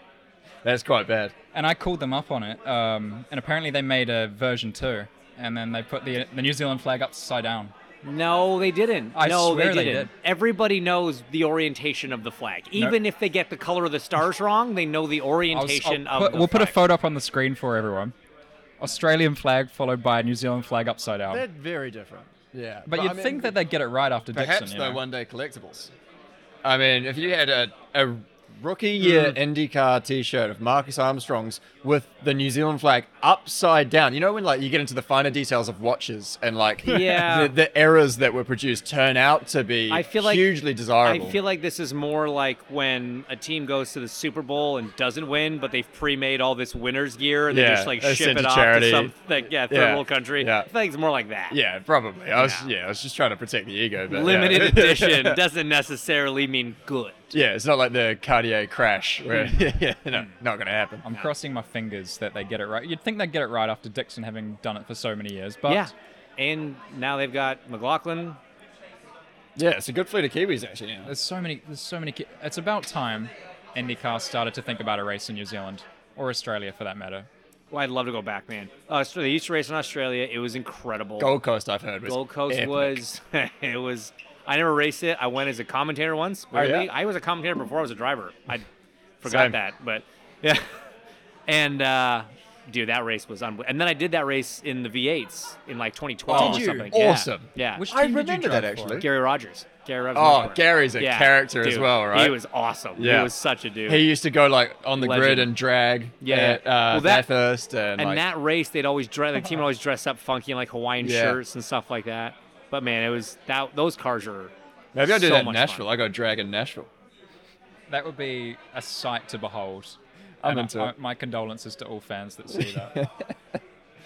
Speaker 4: That's quite bad.
Speaker 1: And I called them up on it, um, and apparently they made a version two, and then they put the the New Zealand flag upside down.
Speaker 2: No, they didn't.
Speaker 1: I
Speaker 2: no,
Speaker 1: swear
Speaker 2: they
Speaker 1: they
Speaker 2: didn't.
Speaker 1: did.
Speaker 2: Everybody knows the orientation of the flag. Even if they get the color of the stars wrong, they know the
Speaker 1: I'll s- I'll
Speaker 2: orientation of
Speaker 1: put-
Speaker 2: the
Speaker 1: we'll put a
Speaker 2: flag.
Speaker 1: photo up on the screen for everyone. Australian flag followed by New Zealand flag upside down.
Speaker 4: They're very different. Yeah.
Speaker 1: But, you'd think that they'd get it right after
Speaker 4: perhaps
Speaker 1: Dixon.
Speaker 4: though
Speaker 1: you know?
Speaker 4: one day collectibles. I mean, if you had a, a rookie
Speaker 2: Hmm.
Speaker 4: year IndyCar T-shirt of Marcus Armstrong's with the New Zealand flag upside down, you know when like you get into the finer details of watches and like
Speaker 2: Yeah.
Speaker 4: the, the errors that were produced turn out to be
Speaker 2: I feel like-
Speaker 4: hugely desirable.
Speaker 2: I feel like this is more like when a team goes to the Super Bowl and doesn't win, but they've pre-made all this winners gear and they
Speaker 4: Yeah,
Speaker 2: just like
Speaker 4: they
Speaker 2: ship
Speaker 4: send
Speaker 2: it
Speaker 4: to
Speaker 2: off
Speaker 4: charity.
Speaker 2: to some like, yeah third
Speaker 4: Yeah,
Speaker 2: world country.
Speaker 4: yeah.
Speaker 2: I feel like it's more like that.
Speaker 4: yeah, probably. I was
Speaker 2: Yeah.
Speaker 4: yeah, I was just trying to protect the ego. But yeah.
Speaker 2: Limited edition doesn't necessarily mean good.
Speaker 4: Yeah, it's not like the Cartier crash where
Speaker 2: Hmm.
Speaker 4: yeah, no, not gonna happen.
Speaker 1: I'm crossing my fingers that they get it right. You'd think they'd get it right after Dixon having done it for so many years, but
Speaker 2: yeah. And now they've got McLaughlin.
Speaker 4: Yeah, it's a good fleet of Kiwis actually. Yeah.
Speaker 1: there's so many. There's so many. ki- It's about time IndyCar started to think about a race in New Zealand or Australia for that matter.
Speaker 2: Well, I'd love to go back, man. Uh, so they used to race in Australia. It was incredible.
Speaker 4: Gold Coast, I've heard. Was
Speaker 2: Gold Coast
Speaker 4: epic.
Speaker 2: was it was. I never raced it. I went as a commentator once. Or at
Speaker 4: Oh, yeah?
Speaker 2: lea- I was a commentator before I was a driver. I forgot
Speaker 4: Same.
Speaker 2: that, but yeah. And uh, dude, that race was unbelievable. And then I did that race in the V8s in like 2012
Speaker 4: Did
Speaker 2: or
Speaker 4: you?
Speaker 2: something.
Speaker 4: Oh, Awesome.
Speaker 2: Yeah. yeah.
Speaker 1: Which
Speaker 4: I
Speaker 1: team did you
Speaker 4: remember that,
Speaker 1: drive for?
Speaker 4: actually.
Speaker 2: Gary Rogers. Gary Rogers.
Speaker 4: Oh,
Speaker 2: Motorsport.
Speaker 4: Gary's a
Speaker 2: Yeah.
Speaker 4: character as
Speaker 2: Dude,
Speaker 4: well, right?
Speaker 2: He was awesome.
Speaker 4: Yeah.
Speaker 2: He was such a dude.
Speaker 4: He used to go like on the grid
Speaker 2: Legend.
Speaker 4: and drag
Speaker 2: Yeah.
Speaker 4: at uh,
Speaker 2: Well, that-
Speaker 4: Bathurst and,
Speaker 2: and
Speaker 4: like,
Speaker 2: that race, they'd always dress. The team would always dress up funky in like Hawaiian
Speaker 4: Yeah.
Speaker 2: shirts and stuff like that. But man, it was that those cars are.
Speaker 4: maybe I did
Speaker 2: so
Speaker 4: that in
Speaker 2: much
Speaker 4: Nashville.
Speaker 2: Fun.
Speaker 4: I got drag in Nashville.
Speaker 1: That would be a sight to behold.
Speaker 4: I'm
Speaker 1: And I-
Speaker 4: into it.
Speaker 1: I- my condolences to all fans that see that.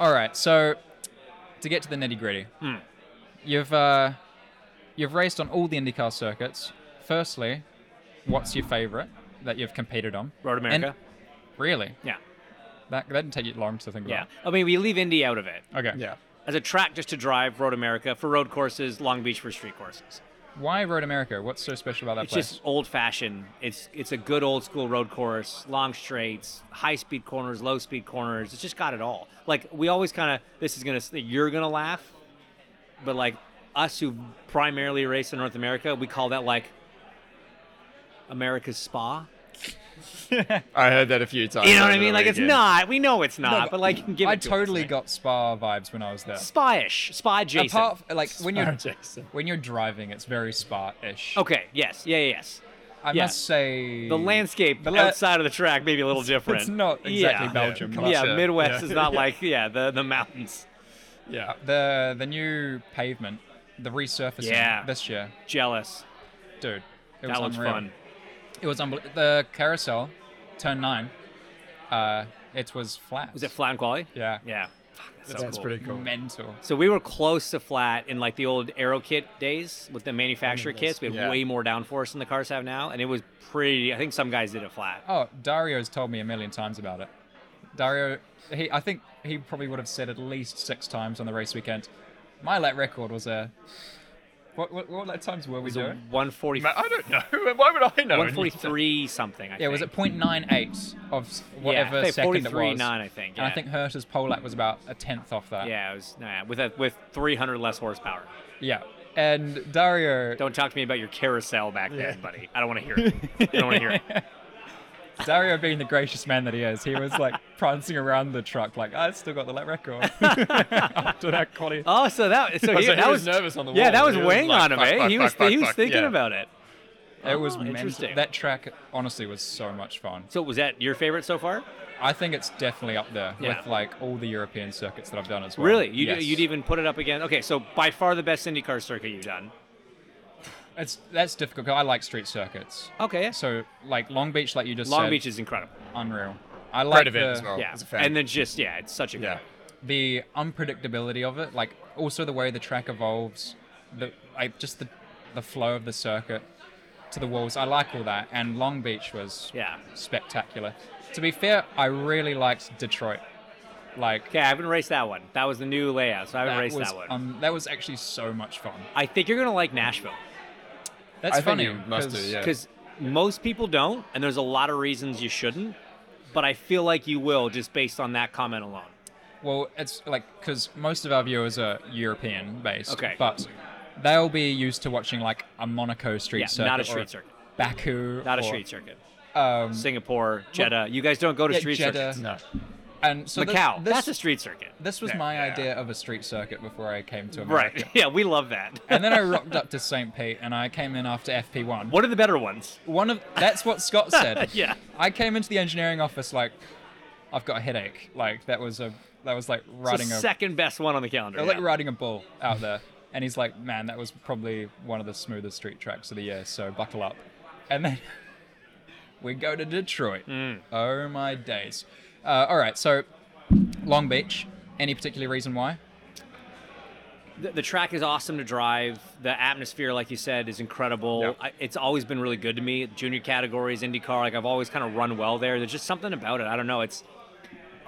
Speaker 1: all right, so to get to the nitty gritty,
Speaker 2: Hmm.
Speaker 1: you've uh, you've raced on all the IndyCar circuits. Firstly, what's your favorite that you've competed on?
Speaker 2: Road
Speaker 1: And-
Speaker 2: America.
Speaker 1: really?
Speaker 2: Yeah,
Speaker 1: That, that didn't take you long to think
Speaker 2: yeah.
Speaker 1: about.
Speaker 2: I mean, we leave Indy out of it
Speaker 1: Okay.
Speaker 4: Yeah.
Speaker 2: as a track just to drive Road America for road courses, Long Beach for street courses.
Speaker 1: Why Road America? What's so special about that
Speaker 2: It's
Speaker 1: place?
Speaker 2: just old fashioned. It's it's a good old school road course, long straights, high speed corners, low speed corners. It's just got it all. Like we always kind of this is gonna you're gonna laugh, but like us who primarily race in North America, we call that like America's Spa.
Speaker 4: I heard that a few times.
Speaker 2: You know what
Speaker 4: over
Speaker 2: I mean?
Speaker 4: the
Speaker 2: Like it's
Speaker 4: weekend.
Speaker 2: not. We know it's not,
Speaker 1: but
Speaker 2: but, like you can give
Speaker 1: I
Speaker 2: it to
Speaker 1: totally
Speaker 2: us,
Speaker 1: got spa vibes when I was there.
Speaker 2: spa-ish, spa adjacent.
Speaker 1: Apart f- like when
Speaker 4: Oh,
Speaker 1: you're
Speaker 4: Jason.
Speaker 1: when you're driving, it's very spa-ish.
Speaker 2: okay. Yes. Yeah. yeah, Yes.
Speaker 1: I
Speaker 2: yeah.
Speaker 1: must say
Speaker 2: The landscape
Speaker 1: la-
Speaker 2: outside of the track may be a little different.
Speaker 1: It's not exactly
Speaker 2: Yeah.
Speaker 1: Belgium.
Speaker 4: Yeah,
Speaker 1: but
Speaker 2: Yeah,
Speaker 4: Gotcha.
Speaker 2: Midwest
Speaker 4: Yeah.
Speaker 2: is not like yeah the the mountains.
Speaker 4: Yeah.
Speaker 1: The the new pavement, the resurfacing
Speaker 2: Yeah.
Speaker 1: this year,
Speaker 2: Jealous.
Speaker 1: dude. It
Speaker 2: That
Speaker 1: was
Speaker 2: looks
Speaker 1: unreal.
Speaker 2: fun.
Speaker 1: It was unbel- the carousel, turn nine. Uh, it was flat.
Speaker 2: Was it flat and quality?
Speaker 1: Yeah.
Speaker 2: Yeah. Fuck, That's, so
Speaker 4: That's
Speaker 2: cool.
Speaker 4: pretty cool.
Speaker 1: Mental.
Speaker 2: So we were close to flat in like the old aero kit days with the manufacturer kits. We had
Speaker 4: Yeah.
Speaker 2: way more downforce than the cars have now, and it was pretty. I think some guys did it flat.
Speaker 1: Oh, Dario's told me a million times about it. Dario, he I think he probably would have said at least six times on the race weekend. My lap record was a. What what, what lap times were we
Speaker 2: So
Speaker 1: doing?
Speaker 2: 140,
Speaker 4: Ma- I don't know. Why would I know?
Speaker 2: 143 something. I
Speaker 1: Yeah, was it
Speaker 2: think.
Speaker 1: 0.98 of s- whatever
Speaker 2: yeah, I think
Speaker 1: second it
Speaker 2: 43.9,
Speaker 1: was?
Speaker 2: I think. Yeah.
Speaker 1: And I think Herter's pole lap was about a tenth off that.
Speaker 2: Yeah, it was nah, with a, with 300 less horsepower.
Speaker 1: Yeah. And Dario,
Speaker 2: Don't talk to me about your carousel back then, buddy. I don't want to hear it. I don't want to hear it.
Speaker 1: Dario being the gracious man that he is, he was like prancing around the truck, like I still got the lap record after that quali.
Speaker 2: Oh, so that so, he,
Speaker 4: so he
Speaker 2: that
Speaker 4: was nervous on the
Speaker 2: yeah
Speaker 4: wall.
Speaker 2: that was
Speaker 4: He was
Speaker 2: weighing
Speaker 4: like,
Speaker 2: on him.
Speaker 4: fuck,
Speaker 2: eh?
Speaker 4: fuck,
Speaker 2: he
Speaker 4: fuck,
Speaker 2: was
Speaker 4: fuck,
Speaker 2: he was
Speaker 4: fuck,
Speaker 2: thinking
Speaker 4: yeah.
Speaker 2: about it.
Speaker 1: It was
Speaker 2: Oh,
Speaker 1: mental.
Speaker 2: interesting.
Speaker 1: That track honestly was so much fun.
Speaker 2: So was that your favorite so far?
Speaker 1: I think it's definitely up there
Speaker 2: Yeah.
Speaker 1: with like all the European circuits that I've done as well.
Speaker 2: Really? You
Speaker 1: Yes.
Speaker 2: you'd even put it up again? Okay, so by far the best IndyCar circuit you've done.
Speaker 1: It's that's difficult. 'cause I like street circuits.
Speaker 2: Okay, Oh, yeah.
Speaker 1: So like Long Beach, like you just
Speaker 2: Long
Speaker 1: said,
Speaker 2: Beach is incredible.
Speaker 1: unreal. I like
Speaker 4: event
Speaker 1: the,
Speaker 4: as well. Oh,
Speaker 2: yeah,
Speaker 4: as a fan.
Speaker 2: and then just yeah, it's such a good.
Speaker 4: Yeah.
Speaker 1: the unpredictability of it, like also the way the track evolves, the like just the the flow of the circuit to the walls. I like all that, and Long Beach was
Speaker 2: Yeah.
Speaker 1: spectacular. To be fair, I really liked Detroit. Like
Speaker 2: Okay, I haven't raced that one. That was the new layout, so I haven't
Speaker 1: that
Speaker 2: raced
Speaker 1: was
Speaker 2: that one.
Speaker 1: um, that was actually so much fun.
Speaker 2: I think you're gonna like Nashville
Speaker 1: That's
Speaker 4: I think
Speaker 1: funny.
Speaker 4: you must do,
Speaker 1: 'cause
Speaker 4: yeah.
Speaker 2: because most people don't, and there's a lot of reasons you shouldn't. But I feel like you will just based on that comment alone.
Speaker 1: Well, it's like because most of our viewers are European based.
Speaker 2: Okay.
Speaker 1: But they'll be used to watching like a Monaco street
Speaker 2: Yeah,
Speaker 1: circuit,
Speaker 2: not a
Speaker 1: or
Speaker 2: street circuit.
Speaker 1: Baku,
Speaker 2: Not a
Speaker 1: or,
Speaker 2: street circuit.
Speaker 1: Um,
Speaker 2: Singapore, Jeddah. you guys don't go to
Speaker 1: yeah,
Speaker 2: street
Speaker 1: Jeddah.
Speaker 2: circuits.
Speaker 4: No.
Speaker 1: And so this-
Speaker 2: Macau.
Speaker 1: This,
Speaker 2: that's a street circuit.
Speaker 1: This was
Speaker 4: Yeah,
Speaker 1: my
Speaker 4: yeah.
Speaker 1: idea of a street circuit before I came to America.
Speaker 2: Right. Yeah, we love that.
Speaker 1: and then I rocked up to St. Pete and I came in after FP1.
Speaker 2: What are the better ones?
Speaker 1: One of that's what Scott said.
Speaker 2: Yeah.
Speaker 1: I came into the engineering office like I've got a headache. Like that was a that was like
Speaker 2: It's
Speaker 1: riding
Speaker 2: the
Speaker 1: a
Speaker 2: second best one on the calendar.
Speaker 1: that was
Speaker 2: yeah.
Speaker 1: like riding a bull out there. And he's like, "Man, that was probably one of the smoothest street tracks of the year, so buckle up." And then we go to Detroit.
Speaker 2: Mm.
Speaker 1: Oh my days. Uh, all right, so Long Beach, any particular reason why?
Speaker 2: the, the track is awesome to drive. The atmosphere, like you said, is incredible.
Speaker 3: Yep.
Speaker 2: I, it's always been really good to me. Junior categories, IndyCar, like I've always kind of run well there. There's just something about it. I don't know. It's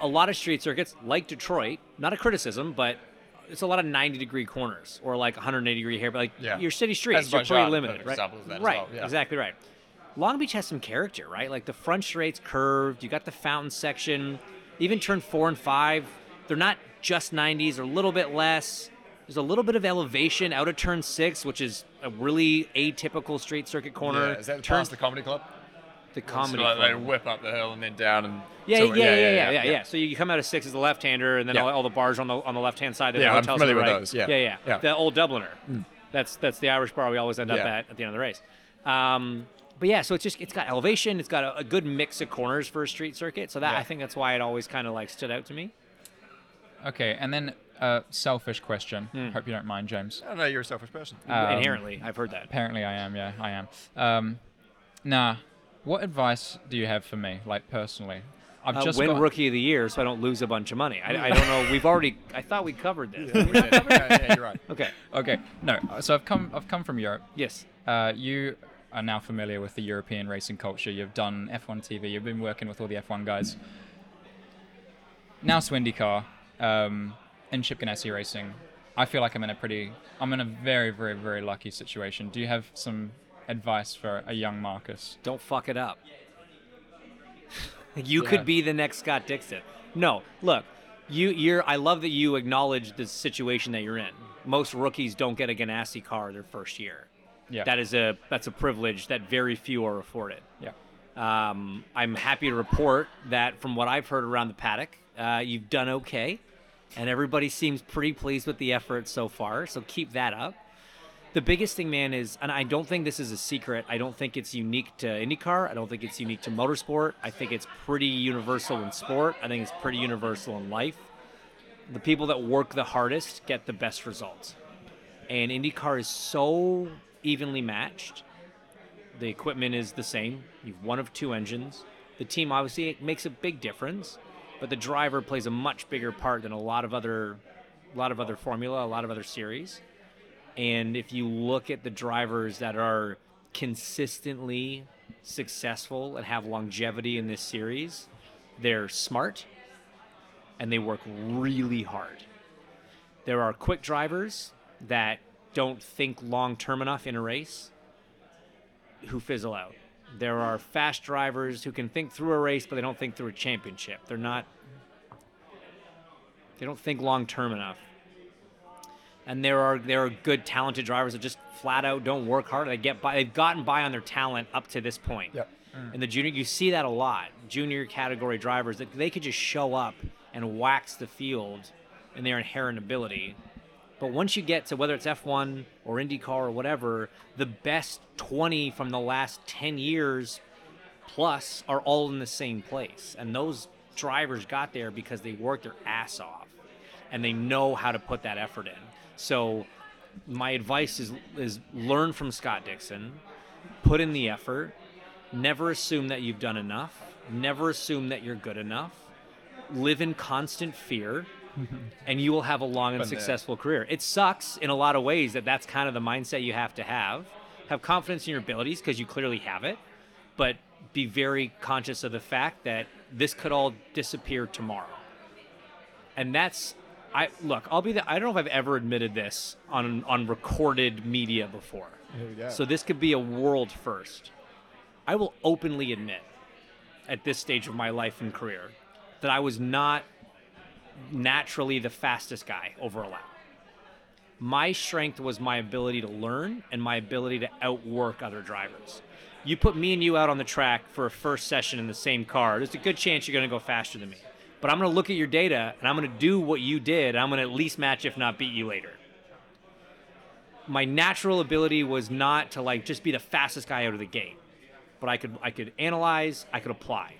Speaker 2: a lot of street circuits, like Detroit. Not a criticism, but it's a lot of 90 degree corners or like 180 degree here. But like
Speaker 3: Yeah.
Speaker 2: your city streets, you're
Speaker 3: Azerbaijan,
Speaker 2: pretty limited,
Speaker 3: perfect
Speaker 2: right?
Speaker 3: example of that as
Speaker 2: right,
Speaker 3: well, yeah.
Speaker 2: exactly right. Long Beach has some character, right? Like the front straight's curved. You got the fountain section. Even turn four and five, they're not just 90s. They're a little bit less. There's a little bit of elevation out of turn six, which is a really atypical street circuit corner.
Speaker 4: Yeah, is that
Speaker 2: turn
Speaker 4: past the comedy club?
Speaker 2: the
Speaker 4: So
Speaker 2: comedy.
Speaker 4: like, they
Speaker 2: corner.
Speaker 4: whip up the hill and then down and
Speaker 2: Yeah,
Speaker 4: so-
Speaker 2: yeah, yeah, yeah, yeah, yeah, So you come out of six as a left-hander, and then
Speaker 4: Yeah.
Speaker 2: all, all the bars on the on the left-hand side. of
Speaker 4: Yeah,
Speaker 2: the
Speaker 4: I'm
Speaker 2: hotels on the
Speaker 4: familiar with
Speaker 2: right.
Speaker 4: those, yeah.
Speaker 2: yeah, yeah,
Speaker 4: Yeah. Hmm.
Speaker 2: The old Dubliner. That's that's the Irish bar we always end up
Speaker 4: Yeah.
Speaker 2: at at the end of the race. Um, but yeah, so it's just it's got elevation. It's got a, a good mix of corners for a street circuit. So that I think that's why it always kind of like stood out to me.
Speaker 1: Okay, and then uh, selfish question.
Speaker 2: Hmm.
Speaker 1: Hope you don't mind, James.
Speaker 4: I don't know. You're a selfish person.
Speaker 2: Uh,
Speaker 1: Um,
Speaker 2: Inherently, I've heard that.
Speaker 1: Apparently, I am. Yeah, I am. Um, nah. What advice do you have for me, like personally? I've
Speaker 2: Uh,
Speaker 1: just
Speaker 2: win
Speaker 1: got-
Speaker 2: rookie of the year, so I don't lose a bunch of money. I, I don't know. We've already. I thought we covered this.
Speaker 4: yeah, yeah, you're right.
Speaker 2: Okay.
Speaker 1: Okay, no. So I've come. I've come from Europe.
Speaker 2: Yes.
Speaker 1: Uh, you are now familiar with the European racing culture. You've done F1 TV. You've been working with all the F1 guys. Now to IndyCar um, and Chip Ganassi Racing. I feel like I'm in a pretty, I'm in a very, very, very lucky situation. Do you have some advice for a young Marcus?
Speaker 2: Don't fuck it up. you could be the next Scott Dixon. No, look, you you're I love that you acknowledge the situation that you're in. Most rookies don't get a Ganassi car their first year.
Speaker 1: Yeah.
Speaker 2: That is a that's a privilege that very few are afforded.
Speaker 1: Yeah.
Speaker 2: Um, I'm happy to report that from what I've heard around the paddock, uh, you've done okay, and everybody seems pretty pleased with the effort so far. So keep that up. The biggest thing, man, is, and I don't think this is a secret. I don't think it's unique to IndyCar. I don't think it's unique to motorsport. I think it's pretty universal in sport. I think it's pretty universal in life. The people that work the hardest get the best results. And IndyCar is so evenly matched. The equipment is the same. You've one of two engines. The team obviously it makes a big difference, but the driver plays a much bigger part than a lot of other, a lot of other formula, a lot of other series. And if you look at the drivers that are consistently successful and have longevity in this series, they're smart and they work really hard. There are quick drivers that don't think long term enough in a race who fizzle out. There are fast drivers who can think through a race, but they don't think through a championship. They're not, they don't think long term enough and there are there are good talented drivers that just flat out don't work hard. They get by. They've gotten by on their talent up to this point.
Speaker 4: Yep.
Speaker 2: And the junior, you see that a lot. Junior category drivers that they could just show up and wax the field in their inherent ability. But once you get to whether it's F1 or IndyCar or whatever, the best 20 from the last 10 years plus are all in the same place. And those drivers got there because they worked their ass off and they know how to put that effort in. So my advice is is learn from Scott Dixon, put in the effort, never assume that you've done enough, never assume that you're good enough. Live in constant fear and you will have a long and
Speaker 4: Mm-hmm. Been there.
Speaker 2: successful career. It sucks in a lot of ways that that's kind of the mindset you have to have. Have confidence in your abilities because you clearly have it, but be very conscious of the fact that this could all disappear tomorrow and that's I look. I'll be the. I don't know if I've ever admitted this on on recorded media before. So this could be a world first. I will openly admit, at this stage of my life and career, that I was not naturally the fastest guy over a lap. My strength was my ability to learn and my ability to outwork other drivers. You put me and you out on the track for a first session in the same car, there's a good chance you're going to go faster than me. But I'm going to look at your data and I'm going to do what you did. I'm going to at least match, if not beat you later. My natural ability was not to like just be the fastest guy out of the gate, but I could I could analyze, I could apply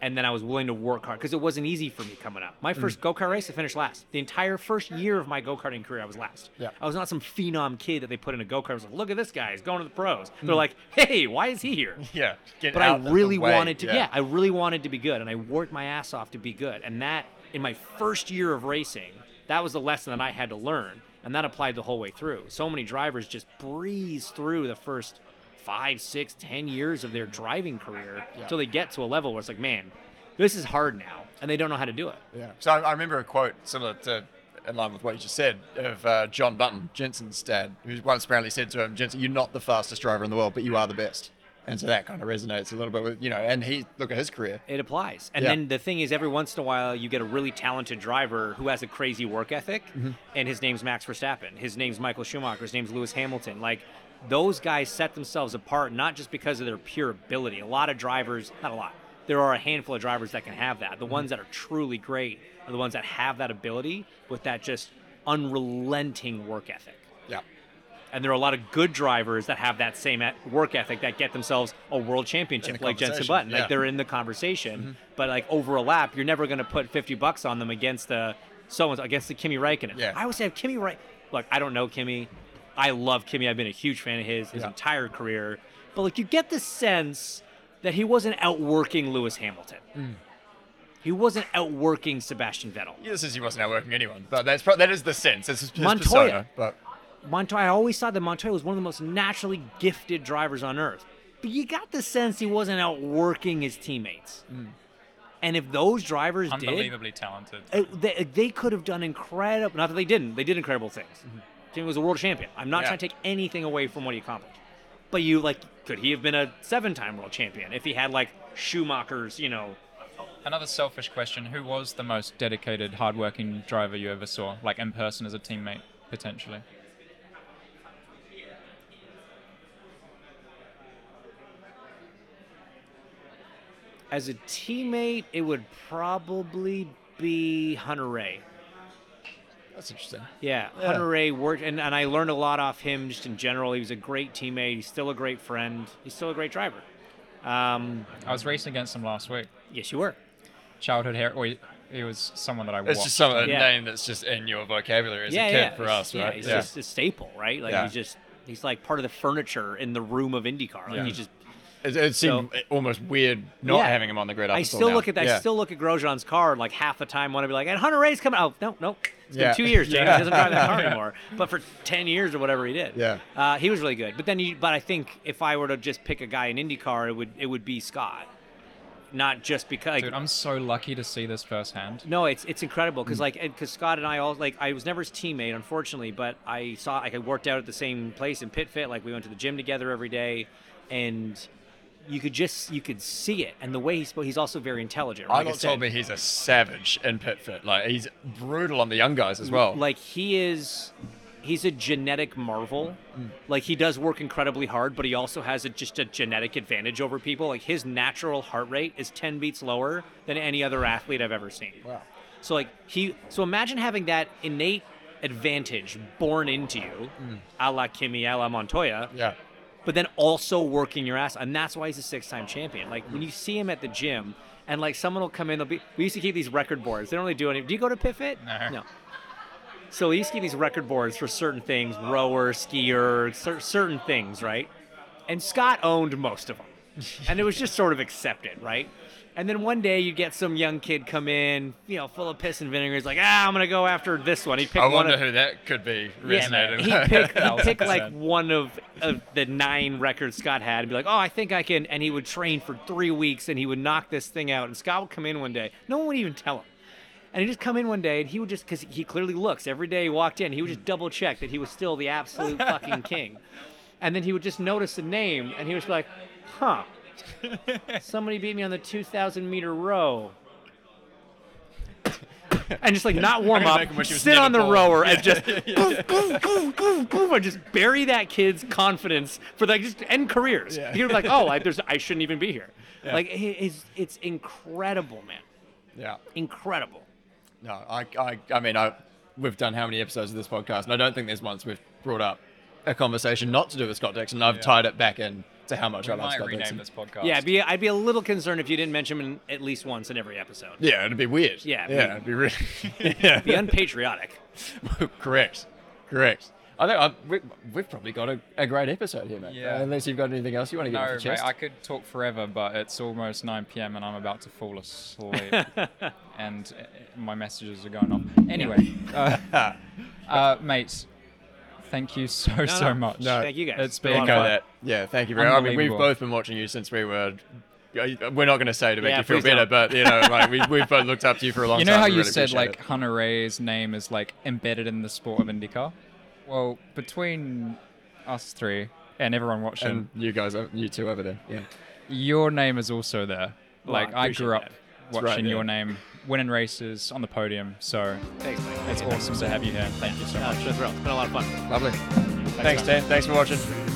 Speaker 2: and then I was willing to work hard because it wasn't easy for me coming up. My first go kart race, I finished last. The entire first year of my go karting career, I was last.
Speaker 4: Yeah.
Speaker 2: I was not some phenom kid that they put in a go kart. I was like, look at this guy, he's going to the pros. They're like, hey, why is he here?
Speaker 4: Yeah, get
Speaker 2: but
Speaker 4: out
Speaker 2: I
Speaker 4: of the
Speaker 2: really
Speaker 4: way,
Speaker 2: wanted to. Yeah. I really wanted to be good, and I worked my ass off to be good. And that, in my first year of racing, that was the lesson that I had to learn. and that applied the whole way through. So many drivers just breeze through the first five, six, ten years of their driving career until they get to a level where it's like, man, this is hard now, and they don't know how to do it.
Speaker 4: Yeah. So I, I remember a quote similar to, in line with what you just said, of uh, John Button, Jensen's dad, who once apparently said to him, Jensen, you're not the fastest driver in the world, but you are the best. And so that kind of resonates a little bit with, you know, and he, look at his career.
Speaker 2: It applies. And
Speaker 4: Yeah.
Speaker 2: then the thing is, every once in a while, you get a really talented driver who has a crazy work ethic,
Speaker 4: Mm-hmm.
Speaker 2: and his name's Max Verstappen. His name's Michael Schumacher. His name's Lewis Hamilton. Like, those guys set themselves apart not just because of their pure ability. A lot of drivers, not a lot, there are a handful of drivers that can have that. The
Speaker 4: Mm-hmm.
Speaker 2: ones that are truly great are the ones that have that ability with that just unrelenting work ethic.
Speaker 4: Yeah.
Speaker 2: And there are a lot of good drivers that have that same et- work ethic that get themselves a world championship,
Speaker 4: the
Speaker 2: like Jensen
Speaker 4: conversation,
Speaker 2: Button.
Speaker 4: yeah. Mm-hmm.
Speaker 2: Like they're in the conversation, but like over a lap, you're never going to put 50 bucks on them against the so against the Kimi Räikkönen.
Speaker 4: Yeah.
Speaker 2: I always have Kimi Räikkönen. Look, I don't know Kimi. I love Kimi. I've been a huge fan of his his
Speaker 4: Yeah.
Speaker 2: entire career, but like you get the sense that he wasn't outworking Lewis Hamilton.
Speaker 4: Mm.
Speaker 2: He wasn't outworking Sebastian Vettel.
Speaker 4: Yeah, this is he wasn't outworking anyone, but that's pro- that is the sense. It's his, his
Speaker 2: Montoya.
Speaker 4: persona. But
Speaker 2: Montoya, I always thought that Montoya was one of the most naturally gifted drivers on earth. But you got the sense he wasn't outworking his teammates. And if those drivers did,
Speaker 5: Unbelievably talented.
Speaker 2: uh, they, they could have done incredible. Not that they didn't. They did incredible things. Jimmy was a world champion. I'm not
Speaker 4: Yeah.
Speaker 2: trying to take anything away from what he accomplished. But you like, could he have been a seven-time world champion if he had like Schumacher's, you know,
Speaker 5: Another selfish question: Who was the most dedicated, hardworking driver you ever saw, like in person as a teammate, potentially?
Speaker 2: as a teammate? It would probably be Hunter Ray.
Speaker 4: that's interesting.
Speaker 2: Yeah, Hunter Ray worked, and, and I learned a lot off him just in general. He was a great teammate. He's still a great friend. He's still a great driver. Um,
Speaker 5: I was racing against him last week.
Speaker 2: yes, you were.
Speaker 5: Childhood hero. Or he, he was someone that I watched.
Speaker 3: It's just some a
Speaker 2: Yeah.
Speaker 3: name that's just in your vocabulary as a kid for
Speaker 2: It's-
Speaker 3: us,
Speaker 2: yeah,
Speaker 3: right?
Speaker 2: He's
Speaker 3: Yeah.
Speaker 2: just a staple, right? Like
Speaker 3: Yeah.
Speaker 2: he's just he's like part of the furniture in the room of IndyCar. Like
Speaker 3: Yeah.
Speaker 2: he's just.
Speaker 4: It, it seemed almost weird not
Speaker 2: Yeah.
Speaker 4: having him on the grid. Up
Speaker 2: I
Speaker 4: until
Speaker 2: still
Speaker 4: now.
Speaker 2: look at that.
Speaker 4: Yeah.
Speaker 2: I still look at Grosjean's car and like half the time want to be like, and Hunter Ray's coming. Oh no, no, it's
Speaker 4: Yeah.
Speaker 2: been two years, Jamie.
Speaker 4: Yeah.
Speaker 2: He doesn't drive that car anymore. But for ten years or whatever he did,
Speaker 4: Yeah.
Speaker 2: uh, he was really good. But then, you, but I think if I were to just pick a guy in IndyCar, it would it would be Scott, not just because.
Speaker 5: Dude, I'm so lucky to see this firsthand.
Speaker 2: No, it's it's incredible
Speaker 4: Mm.
Speaker 2: because like because Scott and I all like I was never his teammate unfortunately, but I saw like I worked out at the same place in Pit Fit, like we went to the gym together every day, and you could just you could see it and the way he spoke. Hehe's also very intelligent. Like
Speaker 4: I
Speaker 2: I
Speaker 4: got
Speaker 2: said,
Speaker 4: told me he's a savage in pit fit. Like he's brutal on the young guys as well.
Speaker 2: like he is. He's a genetic marvel. Like he does work incredibly hard, but he also has a, just a genetic advantage over people. Like his natural heart rate is 10 beats lower than any other athlete I've ever seen.
Speaker 4: wow.
Speaker 2: So like he, so imagine having that innate advantage born into you, a la Kimi, a la Montoya,
Speaker 4: Yeah.
Speaker 2: but then also working your ass, and that's why he's a six-time champion. Like when you see him at the gym, and like someone will come in, they'll be. We used to keep these record boards. They don't really do any. Do you go to Pit Fit?
Speaker 5: No.
Speaker 2: So we used to keep these record boards for certain things, rower, skier, cer- certain things, right? And Scott owned most of them. And it was just sort of accepted, right? And then one day you get some young kid come in, you know, full of piss and vinegar. He's like, ah, I'm going to go after this one. He picked
Speaker 3: I
Speaker 2: one
Speaker 3: wonder
Speaker 2: of
Speaker 3: who that could be
Speaker 2: yeah,
Speaker 3: resonating.
Speaker 2: he'd pick, he'd pick like
Speaker 5: 1000%.
Speaker 2: one of, of the nine records Scott had and be like, oh, I think I can. And he would train for three weeks and he would knock this thing out. And Scott would come in one day. No one would even tell him. And he'd just come in one day and he would just, because he clearly looks every day he walked in, he would just double check that he was still the absolute fucking king. And then he would just notice the name and he was like, huh, somebody beat me on the 2,000 meter row. And just like not warm
Speaker 3: gonna
Speaker 2: up,
Speaker 3: make him wish he was
Speaker 2: sit on the
Speaker 3: never born.
Speaker 2: rower and just boom, boom, boom, boom, boom, and just bury that kid's confidence for like just end careers.
Speaker 4: Yeah.
Speaker 2: He would be like, oh, I, there's, I shouldn't even be here. Like it- it's, it's incredible, man,
Speaker 4: Yeah.
Speaker 2: incredible.
Speaker 4: No, I, I, I mean, I, we've done how many episodes of this podcast, and I don't think there's once we've brought up a conversation not to do with Scott Dixon. and I've tied it back in to how much I
Speaker 5: We
Speaker 4: love
Speaker 5: might
Speaker 4: Scott
Speaker 5: rename
Speaker 4: Dixon.
Speaker 5: this podcast.
Speaker 2: Yeah, I'd be, I'd be a little concerned if you didn't mention him at least once in every episode.
Speaker 4: Yeah, it'd be weird.
Speaker 2: Yeah, it'd
Speaker 4: yeah, it'd be really. yeah,
Speaker 2: Be unpatriotic.
Speaker 4: correct, correct. I think I, we, we've probably got a, a great episode here, mate.
Speaker 5: Yeah.
Speaker 4: Uh, unless you've got anything else you want to get
Speaker 5: No,
Speaker 4: off your
Speaker 5: mate,
Speaker 4: chest.
Speaker 5: I could talk forever, but it's almost 9 p.m. and I'm about to fall asleep. and uh, my messages are going off. Anyway, uh,
Speaker 1: Uh, mates, thank you so, so
Speaker 2: no.
Speaker 1: much.
Speaker 4: No.
Speaker 2: Thank you guys.
Speaker 1: It's
Speaker 2: a
Speaker 1: been
Speaker 2: lot of
Speaker 4: Echo
Speaker 2: fun.
Speaker 4: that. Yeah, thank you very much. I mean, we've
Speaker 1: Unbelievable.
Speaker 4: both been watching you since we were. uh, We're not going to say to make
Speaker 2: Yeah,
Speaker 4: you feel
Speaker 2: please
Speaker 4: better,
Speaker 2: don't.
Speaker 4: but you know, like we, we've both looked up to you for a long
Speaker 1: You
Speaker 4: time.
Speaker 1: know how
Speaker 4: We
Speaker 1: you
Speaker 4: really
Speaker 1: said
Speaker 4: appreciate
Speaker 1: like
Speaker 4: it.
Speaker 1: Hunter Ray's name is like embedded in the sport of IndyCar? Well, between us three and everyone watching,
Speaker 4: and you guys, uh, you two over there, yeah.
Speaker 1: your name is also there. Like I,
Speaker 2: appreciate
Speaker 1: grew up
Speaker 2: that.
Speaker 1: watching
Speaker 4: right, yeah.
Speaker 1: your name, winning races on the podium. So
Speaker 2: Thanks, Mike.
Speaker 1: it's
Speaker 2: Thank you.
Speaker 1: awesome to have you here. Thank you so
Speaker 2: No,
Speaker 1: much.
Speaker 2: it's been a thrill. It's been a lot of fun.
Speaker 4: Lovely. Thanks, Dan. Thanks for watching.